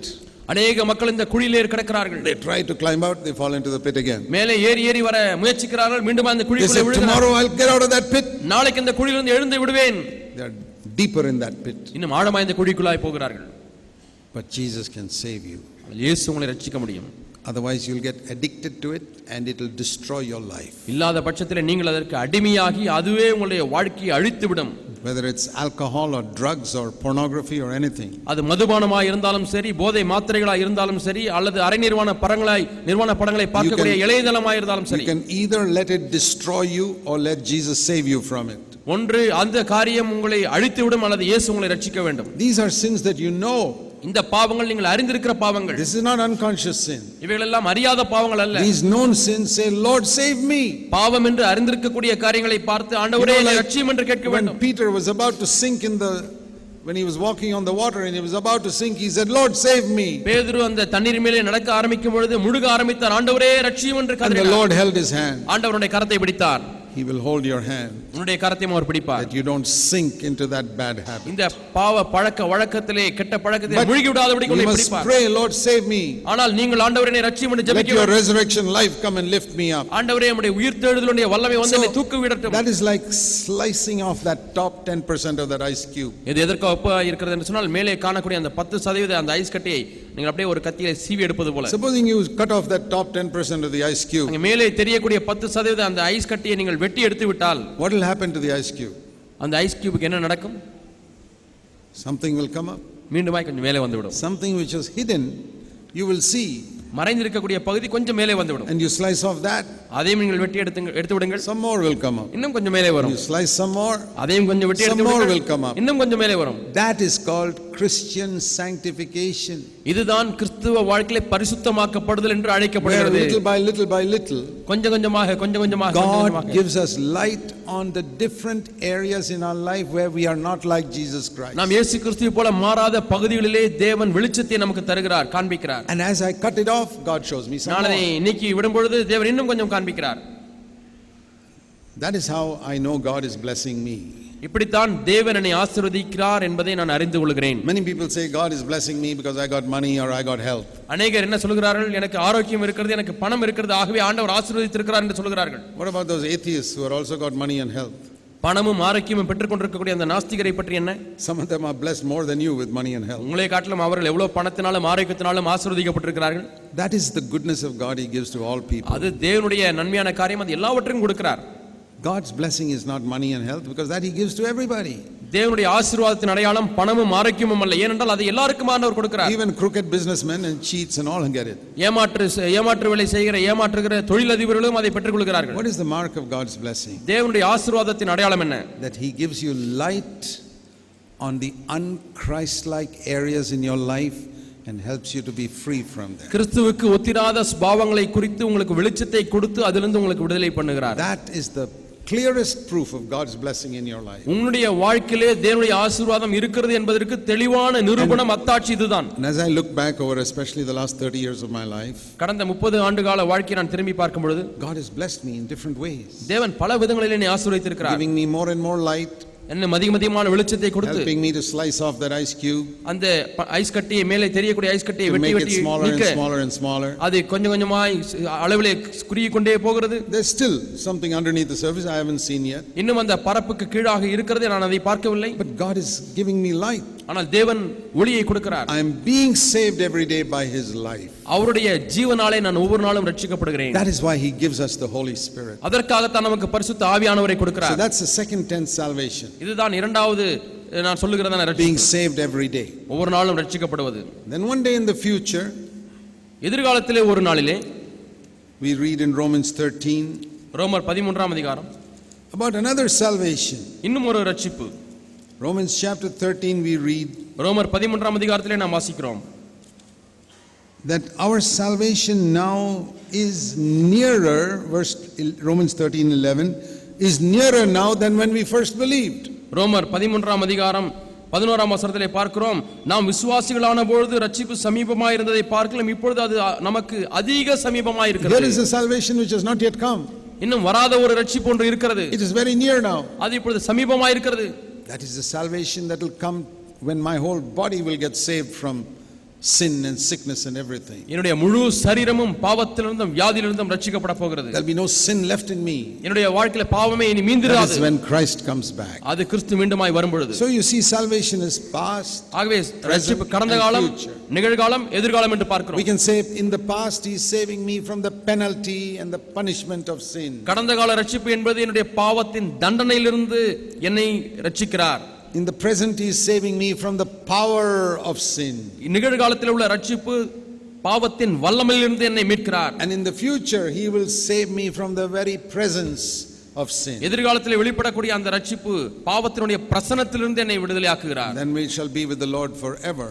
அநேக மக்கள் இந்த குழியிலே கிடக்கிறார்கள் They try to climb out, they fall into the pit again. மேலே ஏறி ஏறி வர முயற்சிக்கிறார்கள் மீண்டும் அந்த They குழிக்குள்ளே say, விழுகிறார்கள் Tomorrow I'll get out of that pit. நாளைக்கு இந்த குழியிலிருந்து எழுந்து விடுவேன் They are deeper in that pit. இன்னும் ஆழமா இந்த குழிக்குள்ளாய் போகிறார்கள் But Jesus can save you. இயேசு உங்களை ரட்சிக்க முடியும் Otherwise, you'll get addicted to it and it'll destroy your life. இல்லாத பட்சத்தில் நீங்கள் அதற்கு அடிமையாகி அதுவே உங்களுடைய வாழ்க்கையை அழித்துவிடும் Whether it's alcohol or drugs or pornography or anything, அது மதுபானமாக இருந்தாலும் சரி போதை மாத்திரைகளாக இருந்தாலும் சரி அல்லது அரை நிர்வாண படங்களாய் நிர்வாண படங்களை பார்க்கக்கூடிய You can- இளையதளமாக இருந்தாலும் சரி you can either let it destroy you or let Jesus save you from it. ஒன்று அந்த காரியம் உங்களை அழித்துவிடும் அல்லது இயேசு உங்களை ரட்சிக்க வேண்டும் These are sins that you know. இந்த பாவங்கள் நீங்கள் அறிந்திருக்கிற பாவங்கள் This is not unconscious sin. இவைகளெல்லாம் அறியாத பாவங்கள் அல்ல These known sins say, Lord, save me. பாவம் என்று அறிந்திருக்கக்கூடிய காரியங்களை பார்த்து ஆண்டவரே You know, என்னை like ரட்சியும் என்று கேட்க When வேண்டும் Peter was about to sink in the, when he was walking on the water and he was about to sink, he said, Lord, save me. பேதுரு அந்த தண்ணீர் மேலே நடக்க ஆரம்பிக்கும் பொழுது முழுக ஆரம்பித்தார் ஆண்டவரே ரட்சியும் என்று And the கதறினார் Lord held his hand. ஆண்டவருடைய கரத்தை பிடித்தார் He will hold your hand உன்னுடைய கரத்தையும் அவர் பிடிப்பார் that you don't sink into that bad habit. இந்த பாவ பழக்க வழக்கத்திலே கெட்ட பழக்கத்திலே But முழுகி விடாதபடி you உங்களை must பிடிப்பார் pray, Lord, save me. ஆனால் நீங்கள் ஆண்டவரனை ரட்சியும் என்று Let ஜெபிக்க your வேண்டும். resurrection life come and lift me up. ஆண்டவரே நம்முடைய உயிர் தெழுதலுடைய வல்லமை வந்து So, என்னை தூக்க விடட்டும் That is like slicing off that top 10% of that ice cube. இது எதற்காக ஒப்பா இருக்கிறது என்று சொன்னால் மேலே காணக்கூடிய அந்த பத்து சதவீத அந்த ஐஸ் கட்டியை நீங்கள் அப்படியே ஒரு கத்தியில சீவி எடுப்பது போல Supposing you cut off that top 10% of the ice cube, அங்கே மேலே தெரியக்கூடிய பத்து சதவீத அந்த ஐஸ் கட்டியை நீங்கள் வெட்டி எடுத்து விட்டால் what will happen to the ice cube? அந்த ஐஸ் கியூபுக்கு என்ன நடக்கும் Something will come up. மீண்டுமாய் கொஞ்சம் மேலே வந்துவிடும் Something which was hidden, you will see. மறைந்திருக்கக்கூடிய பகுதி கொஞ்சம் மேலே வந்துவிடும் And you slice off that, அதையும் நீங்கள் வெட்டி எடுத்துங்க எடுத்து விடுங்கள் some more will come up. இன்னும் கொஞ்சம் மேலே You வரும் slice some more. அதையும் கொஞ்சம் வெட்டி Some எடுத்து more விடுங்கள். will come up. இன்னும் கொஞ்சம் மேலே வரும் That is called Christian sanctification. இதுதான் கிறிஸ்துவ வாழ்க்கையில பரிசுத்தமாக்கப்படுதல் என்று Where அழைக்கப்படுகிறது little by little by little, கொஞ்சம் கொஞ்சமாக கொஞ்சம் கொஞ்சமாக கொஞ்சம் God கொஞ்சமாக. gives us light on the different areas in our life where we are not like Jesus Christ. நாம் இயேசு கிறிஸ்துவை போல மாறாத பகுதிகளிலே தேவன் வெளிச்சத்தை நமக்கு தருகிறார் காண்பிக்கிறார் And as I cut it off, God shows me some நான் அதை more. நீக்கி விடும் பொழுது தேவன் இன்னும் கொஞ்சம் காண்பிக்கிறார் That is how I know God is blessing me. இப்படித்தான் தேவன் என்னை ஆசீர்வதிக்கிறார் என்பதை நான் அறிந்து கொள்கிறேன் Many people say God is blessing me because I got money or I got health. அநேகர் என்ன சொல்கிறார்கள் எனக்கு ஆரோக்கியம் இருக்கிறது எனக்கு பணம் இருக்கிறது ஆகவே ஆண்டவர் ஆசீர்வதித்திருக்கிறார் என்று சொல்கிறார்கள் What about those atheists who are also got money and health? பணமும் ஆரோக்கியமும் பெற்றுக்கொண்டிருக்கக்கூடிய அந்த நாஸ்திகரை பற்றி என்ன Some of them are blessed more than you with money and health. உங்களை காட்டிலும் அவர்கள் எவ்வளவு பணத்தினாலும் ஆரோக்கியத்தினாலும் ஆசீர்வதிக்கப்பட்டிருக்கிறார்கள் That is the goodness of God He gives to all people. அது தேவனுடைய நன்மையான காரியம் அது எல்லாவற்றையும் கொடுக்கிறார் God's blessing is not money and health because that He gives to everybody. தேவனுடைய ஆசீர்வாதத்தின் அடையாளம் பணமும் ஆரோக்கியமும் அல்ல ஏனென்றால் அதை எல்லாருக்கும் ஆண்டவர் கொடுக்கிறார் Even crooked businessmen and cheats and all get it. ஏமாற்று ஏமாற்று வேலை செய்கிற ஏமாற்றுகிற தொழிலதிபர்களும் அதை பெற்றுக்கொள்கிறார்கள் What is the mark of God's blessing? தேவனுடைய ஆசீர்வாதத்தின் அடையாளம் என்ன That He gives you light on the unchristlike areas in your life and helps you to be free from them. கிறிஸ்துவுக்கு ஒத்திராத ஸ்பாவங்களை குறித்து உங்களுக்கு வெளிச்சத்தை கொடுத்து அதிலிருந்து உங்களுக்கு விடுதலை பண்ணுகிறார் That is the clearest proof of God's blessing in your life. உன்னுடைய வாழ்க்கையிலே தேவனுடைய ஆசீர்வாதம் இருக்கிறது என்பதற்கு தெளிவான நிரூபணம் அத்தாட்சி இதுதான் And as I look back over especially the last 30 years of my life, கடந்த முப்பது ஆண்டு கால வாழ்க்கையை நான் திரும்பி பார்க்கும் பொழுது God has blessed me in different ways, தேவன் பல விதங்களில் என்னை ஆசீர்வதித்திருக்கிறார் giving me more and more light, என்ன அதிகம் அதிகமான வெளிச்சத்தை கொடுத்து helping me to slice off that ice cube, அந்த ப- ஐஸ் கட்டியை மேலே தெரியக்கூடிய ஐஸ் கட்டியை to வெட்டி make it வெட்டி smaller and நீக்க smaller and smaller. அது கொஞ்சம் கொஞ்சமாய் ஸ்- அளவிலே குறுகி கொண்டே போகிறது There's still something underneath the surface I haven't seen yet, இன்னும் அந்த பரப்புக்கு கீழாக இருக்கிறது நான் அதை பார்க்கவில்லை but God is giving me light. ஆனால் தேவன் ஒளியை கொடுக்கிறார் I am being saved every day by His life. அவருடைய ஜீவனாலே நான் ஒவ்வொரு நாளும் ரட்சிக்கப்படுகிறேன் That is why He gives us the Holy Spirit. அதற்காகத்தான் நமக்கு பரிசுத்த ஆவியானவரை So கொடுக்கிறார் that's the second tense salvation, இதுதான் இரண்டாவது அஹ், நான் சொல்லுகிறதான being ரட்சிப்பு. saved every day. ஒவ்வொரு நாளும் ரட்சிக்கப்படுவது Then one day in the future, எதிர்காலத்திலே ஒரு நாளிலே We read in Romans 13 ரோமர் பதிமூன்றாம் அதிகாரம் about another salvation. இன்னும் ஒரு ரட்சிப்பு Romans chapter 13, we read ரோமர் பதிமூன்றாம் அதிகாரத்திலே நாம் வாசிக்கிறோம் that our salvation now is nearer, verse el- Romans 13 11, is nearer now than when we first believed. ரோமர் பதிமூன்றாம் அதிகாரம் பதினோராம் வசனத்திலே பார்க்கிறோம் நாம் விசுவாசிகளான பொழுது ரட்சிப்பு சமீபமாயிருந்ததை பார்க்கலாம் இப்பொழுது அது அ- நமக்கு அதிக There is சமீபமாயிருக்கிறது a salvation which has not yet come, இன்னும் வராத ஒரு ரட்சிப்பு ஒன்று இருக்கிறது it is very near now. அது இப்பொழுது சமீபமாயிருக்கிறது That is the salvation that will come when my whole body will get saved from sin and sickness and everything. என்னுடைய முழு சரீரமும் பாவத்திலிருந்தும் வியாதியிலிருந்தும் ரட்சிக்கப்பட போகிறது There'll be no sin left in me. என்னுடைய வாழ்க்கையில பாவமே இனி That is மீந்திராது when Christ comes back. அது கிறிஸ்து மீண்டுமாய் வரும்பொழுது So you see, salvation is past. ஆகவே ரட்சிப்பு கடந்த காலம் and future. நிகழ்காலம் எதிர்காலம் என்று We பார்க்கிறோம் can say, in the past, He's saving me from the penalty and the punishment of sin. கடந்த கால ரட்சிப்பு என்பது என்னுடைய பாவத்தின் தண்டனையிலிருந்து என்னை ரட்சிக்கிறார் In the present, He is saving me from the power of sin. நிகழ்காலத்தில் உள்ள ரட்சிப்பு பாவத்தின் வல்லமையிலிருந்து என்னை மீட்கிறார் And in the future, He will save me from the very presence of sin. எதிர்காலத்தில் வெளிப்படக்கூடிய அந்த ரட்சிப்பு பாவத்தினுடைய பிரசனத்திலிருந்து என்னை விடுதலையாக்குகிறார் Then we shall be with the Lord forever.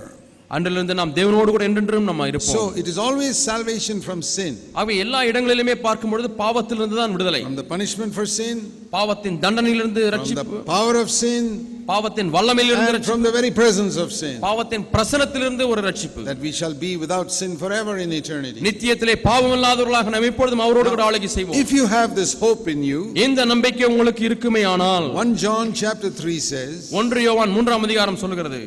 அன்றிலிருந்து நாம் தேவனோடு கூட என்றென்றும் நம்ம So இருப்போம் it is always salvation from sin, ஆகவே எல்லா இடங்களிலுமே பார்க்கும் பொழுது பாவத்திலிருந்து தான் விடுதலை from the punishment for sin, பாவத்தின் தண்டனையிலிருந்து from the ரட்சிப்பு power of sin, பாவத்தின் வல்லமையிலிருந்து and ரட்சிப்பு from the very presence of sin. பாவத்தின் பிரசனத்திலிருந்து ஒரு ரட்சிப்பு That we shall be without sin forever in eternity. நித்தியத்திலே பாவமில்லாதவர்களாக நாம் இப்பொழுதும் அவரோடு கூட ஆளுகை செய்வோம் If you have this hope in you, இந்த நம்பிக்கை உங்களுக்கு இருக்குமே ஆனால் 1 John chapter 3 says, ஒன்று யோவான் மூன்றாம் அதிகாரம் சொல்கிறது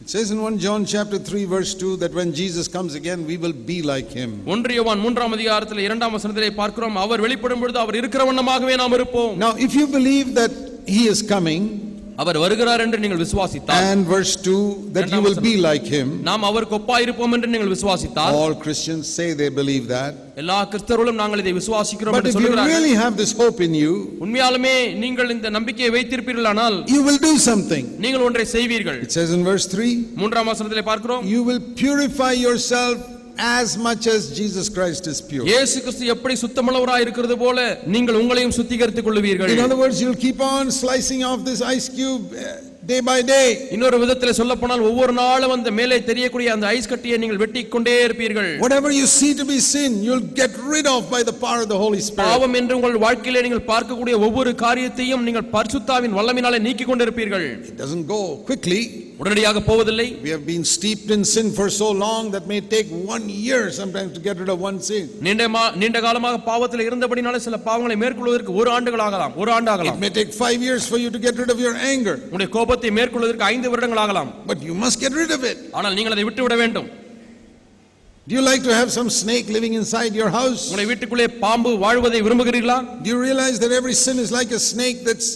it says in 1 John chapter 3 verse 2 that when Jesus comes again, we will be like him. ஒன்று யோவான் மூன்றாம் அதிகாரத்தில் இரண்டாம் வசனத்திலே பார்க்கிறோம் அவர் வெளிப்படும் பொழுது அவர் இருக்கிற வண்ணமாகவே நாம் இருப்போம் Now, if you believe that he is coming, அவர் வருகிறார் என்று நீங்கள் விசுவாசித்தால் and verse 2 that you will be like him, நாம் அவருக்கு ஒப்பாயிருப்போம் என்று நீங்கள் விசுவாசித்தால் all Christians say they believe that. எல்லா கிறிஸ்தவர்களும் நாங்கள் இதை விசுவாசிக்கிறோம் But என்று if you சொல்கிறார்கள் really have this hope in you, உண்மையாலுமே நீங்கள் இந்த நம்பிக்கையை வைத்திருப்பீர்களானால் you will do something. நீங்கள் ஒன்றை செய்வீர்கள் It says in verse 3 மூன்றாம் வசனத்திலே பார்க்கிறோம் you will purify yourself as much as Jesus Christ is pure. இயேசு கிறிஸ்து எப்படி சுத்தமுள்ளவராய் இருக்கிறது போல நீங்கள் உங்களையும் சுத்திகரித்துக் கொள்வீர்கள் In other words, you'll keep on slicing off this ice cube uh, day by day. இன்னொரு விதத்தில் சொல்லப்போனால் ஒவ்வொரு நாளும் அந்த மேலே தெரியக்கூடிய அந்த ஐஸ் கட்டியை நீங்கள் வெட்டிக் கொண்டே இருப்பீர்கள் Whatever you see to be sin, you'll get rid of by the power of the Holy Spirit. பாவம் என்று உங்கள் வாழ்க்கையிலே நீங்கள் பார்க்கக்கூடிய ஒவ்வொரு காரியத்தையும் நீங்கள் பரிசுத்தாவின் வல்லமினாலே நீக்கிக் கொண்டிருப்பீர்கள் It doesn't go quickly. உடனடியாக போவதில்லை We have been steeped in sin for so long that may take one year sometimes to get rid of one sin. நீண்ட மா- நீண்ட காலமாக பாவத்தில் இருந்தபடினாலே சில பாவங்களை மேற்கொள்வதற்கு ஒரு ஆண்டுகள் ஆகலாம் ஒரு ஆண்டு It ஆகலாம் may take five years for you to get rid of your anger, உங்களுடைய கோபத்தை மேற்கொள்வதற்கு ஐந்து வருடங்கள் ஆகலாம் but you must get rid of it. ஆனால் நீங்கள் அதை விட்டுவிட வேண்டும் Do you like to have some snake living inside your house? உங்களுடைய வீட்டுக்குள்ளே பாம்பு வாழ்வதை விரும்புகிறீர்களா Do you realize that every sin is like a snake that's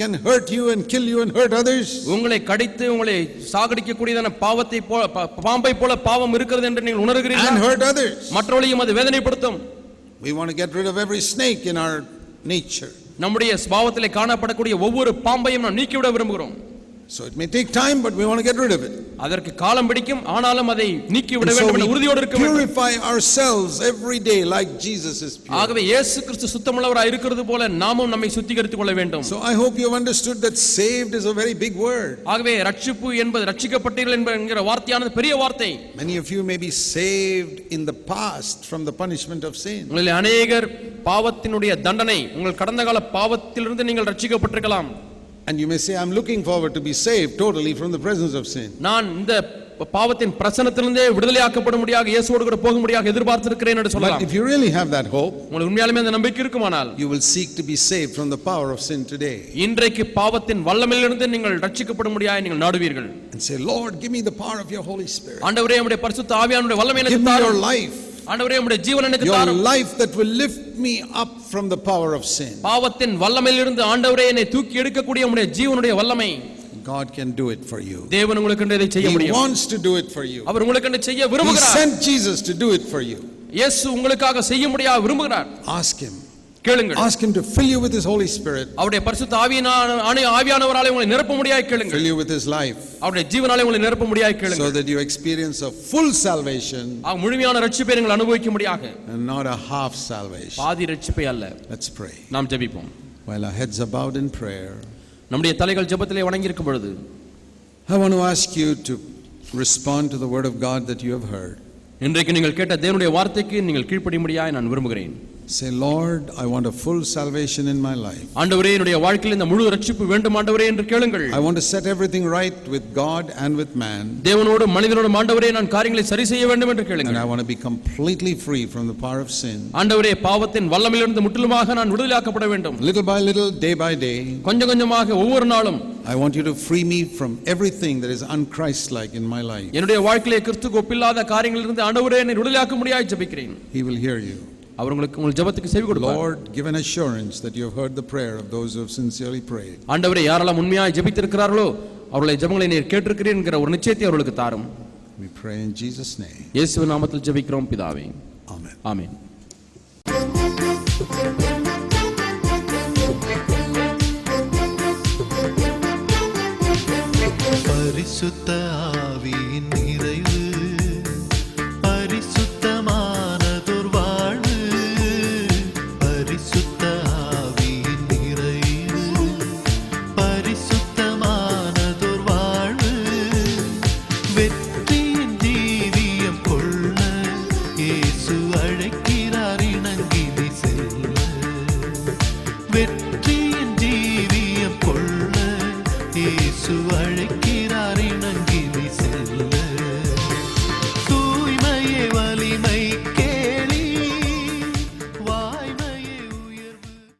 can hurt you and kill you and hurt others? உங்களை கடித்து உங்களை சாகடிக்கக்கூடியதான பாவத்தை போல பா- பாம்பை போல பாவம் இருக்கிறது என்று நீங்கள் And உணர்கிறீர்கள் hurt others. மற்றவர்களையும் அது வேதனைப்படுத்தும் We want to get rid of every snake in our nature. நம்முடைய பாவத்திலே காணப்படக்கூடிய ஒவ்வொரு பாம்பையும் நாம் நீக்கிவிட விரும்புகிறோம் So it may take time, but we want to get rid of it. அதற்கு காலம் பிடிக்கும் ஆனாலும் அதை நீக்கிவிட And so வேண்டும் என்ற we உறுதியோடு இருக்க வேண்டும் purify ourselves every day like Jesus is pure. ஆகவே இயேசு கிறிஸ்து சுத்தமுள்ளவராய் இருக்கிறது போல நாமும் நம்மை சுத்திகரித்துக் கொள்ள வேண்டும் So I hope you've understood that saved is a very big word. ஆகவே ரட்சிப்பு என்பது ரட்சிக்கப்பட்டீர்கள் என்கிற வார்த்தையானது பெரிய வார்த்தை Many of you may be saved in the past from the punishment of sin. உங்களில் அநேகர் பாவத்தினுடைய தண்டனை உங்கள் கடந்த கால பாவத்திலிருந்து நீங்கள் ரட்சிக்கப்பட்டிருக்கலாம் And you may say, I'm looking forward to be saved totally from the presence of sin. நான் இந்த பாவத்தின் பிரசனத்திலிருந்தே விடுதலையாக்கப்பட முடியாக இயேசுவோடு கூட போக முடியாக எதிர்பார்த்திருக்கிறேன் என்று But சொல்லலாம் if you really have that hope, உங்களுக்கு உண்மையாலுமே அந்த நம்பிக்கை இருக்குமானால் You will seek to be saved from the power of sin today இன்றைக்கு பாவத்தின் வல்லமையிலிருந்து நீங்கள் ரட்சிக்கப்பட முடியாது நீங்கள் நாடுவீர்கள் and say, Lord, give me the power of your Holy Spirit. ஆண்டவரே நம்முடைய பரிசுத்த ஆவியானுடைய வல்லமை எனக்கு Give me your தாரும் life, ஆண்டவரே நம்முடைய ஜீவன் எனக்கு your தாரும் life that will lift me up from the power of sin. பாவத்தின் வல்லமையிலிருந்து ஆண்டவரே என்னை தூக்கி எடுக்கக்கூடிய உம்முடைய ஜீவனுடைய வல்லமை God can do it for you. தேவன் உங்களுக்கு இதை செய்ய He முடியும் wants to do it for you. அவர் உங்களுக்கு செய்ய He விரும்புகிறார் sent Jesus to do it for you. இயேசு உங்களுக்காக செய்ய முடியா விரும்புகிறார் Ask Him. கேளுங்கள் Ask Him to fill you with His Holy Spirit, அவருடைய பரிசுத்த ஆவியான ஆணை ஆவியானவராலே உங்களை நிரப்ப முடியாய் fill கேளுங்கள் you with His life, அவருடைய ஜீவனாலே உங்களை நிரப்ப முடியாய் so கேளுங்கள் that you experience a full salvation ஆக, முழுமையான ரட்சிப்பை நீங்கள் அனுபவிக்க முடியாக and not a half salvation. பாதி ரட்சிப்பை அல்ல Let's pray. நாம் ஜெபிப்போம் While our heads are bowed in prayer, நம்முடைய தலைகள் ஜெபத்திலே வணங்கியிருக்கும் பொழுது I want to ask you to respond to the Word of God that you have heard. இன்றைக்கு நீங்கள் கேட்ட தேவனுடைய வார்த்தைக்கு நீங்கள் கீழ்ப்படியும்படியாய் நான் விரும்புகிறேன் Say, Lord, I want a full salvation in my life. ஆண்டவரே என்னுடைய வாழ்க்கையில் இந்த முழு ரட்சிப்பு வேண்டும் ஆண்டவரே என்று கேளுங்கள் I want to set everything right with God and with man. தேவனோடு மனிதனோடு ஆண்டவரே நான் காரியங்களை சரி செய்ய வேண்டும் என்று And கேளுங்கள் I want to be completely free from the power of sin. ஆண்டவரே பாவத்தின் வல்லமையிலிருந்து முற்றிலுமாக நான் விடுதலையாக்கப்பட வேண்டும் Little by little, day by day, கொஞ்சம் கொஞ்சமாக ஒவ்வொரு நாளும் I want you to free me from everything that is unchrist-like in my life. என்னுடைய வாழ்க்கையிலே கிறிஸ்துக்கு ஒப்பில்லாத காரியங்களிலிருந்து ஆண்டவரே என்னை விடுதலையாக்க முடியாது ஜெபிக்கிறேன் He will hear you. அவர் உங்களுக்கு உங்கள் ஜெபத்துக்கு செவி கொடுப்பார் Lord, give an assurance that you have heard the prayer of those who have sincerely prayed. ஆண்டவரே யாரெல்லாம் உண்மையாய் ஜெபித்திருக்கிறார்களோ அவர்களை ஜெபங்களை நீர் கேட்டிருக்கிறீர் என்கிற ஒரு நிச்சயத்தை அவர்களுக்கு தாரும் We pray in Jesus' name. இயேசுவின் நாமத்தில் ஜெபிக்கிறோம் பிதாவே Amen. ஆமென் பரிசுத்த ஆவியின் நிறைவு பரிசுத்தமானதொரு வாழ்வு பரிசுத்த ஆவியின் நிறைவு பரிசுத்தமானதொரு வாழ்வு வெற்றியின் ஜீவியம் கொள்ள இயேசு அழைக்கிறார் இணங்கி நீ செல்ல வெற்றி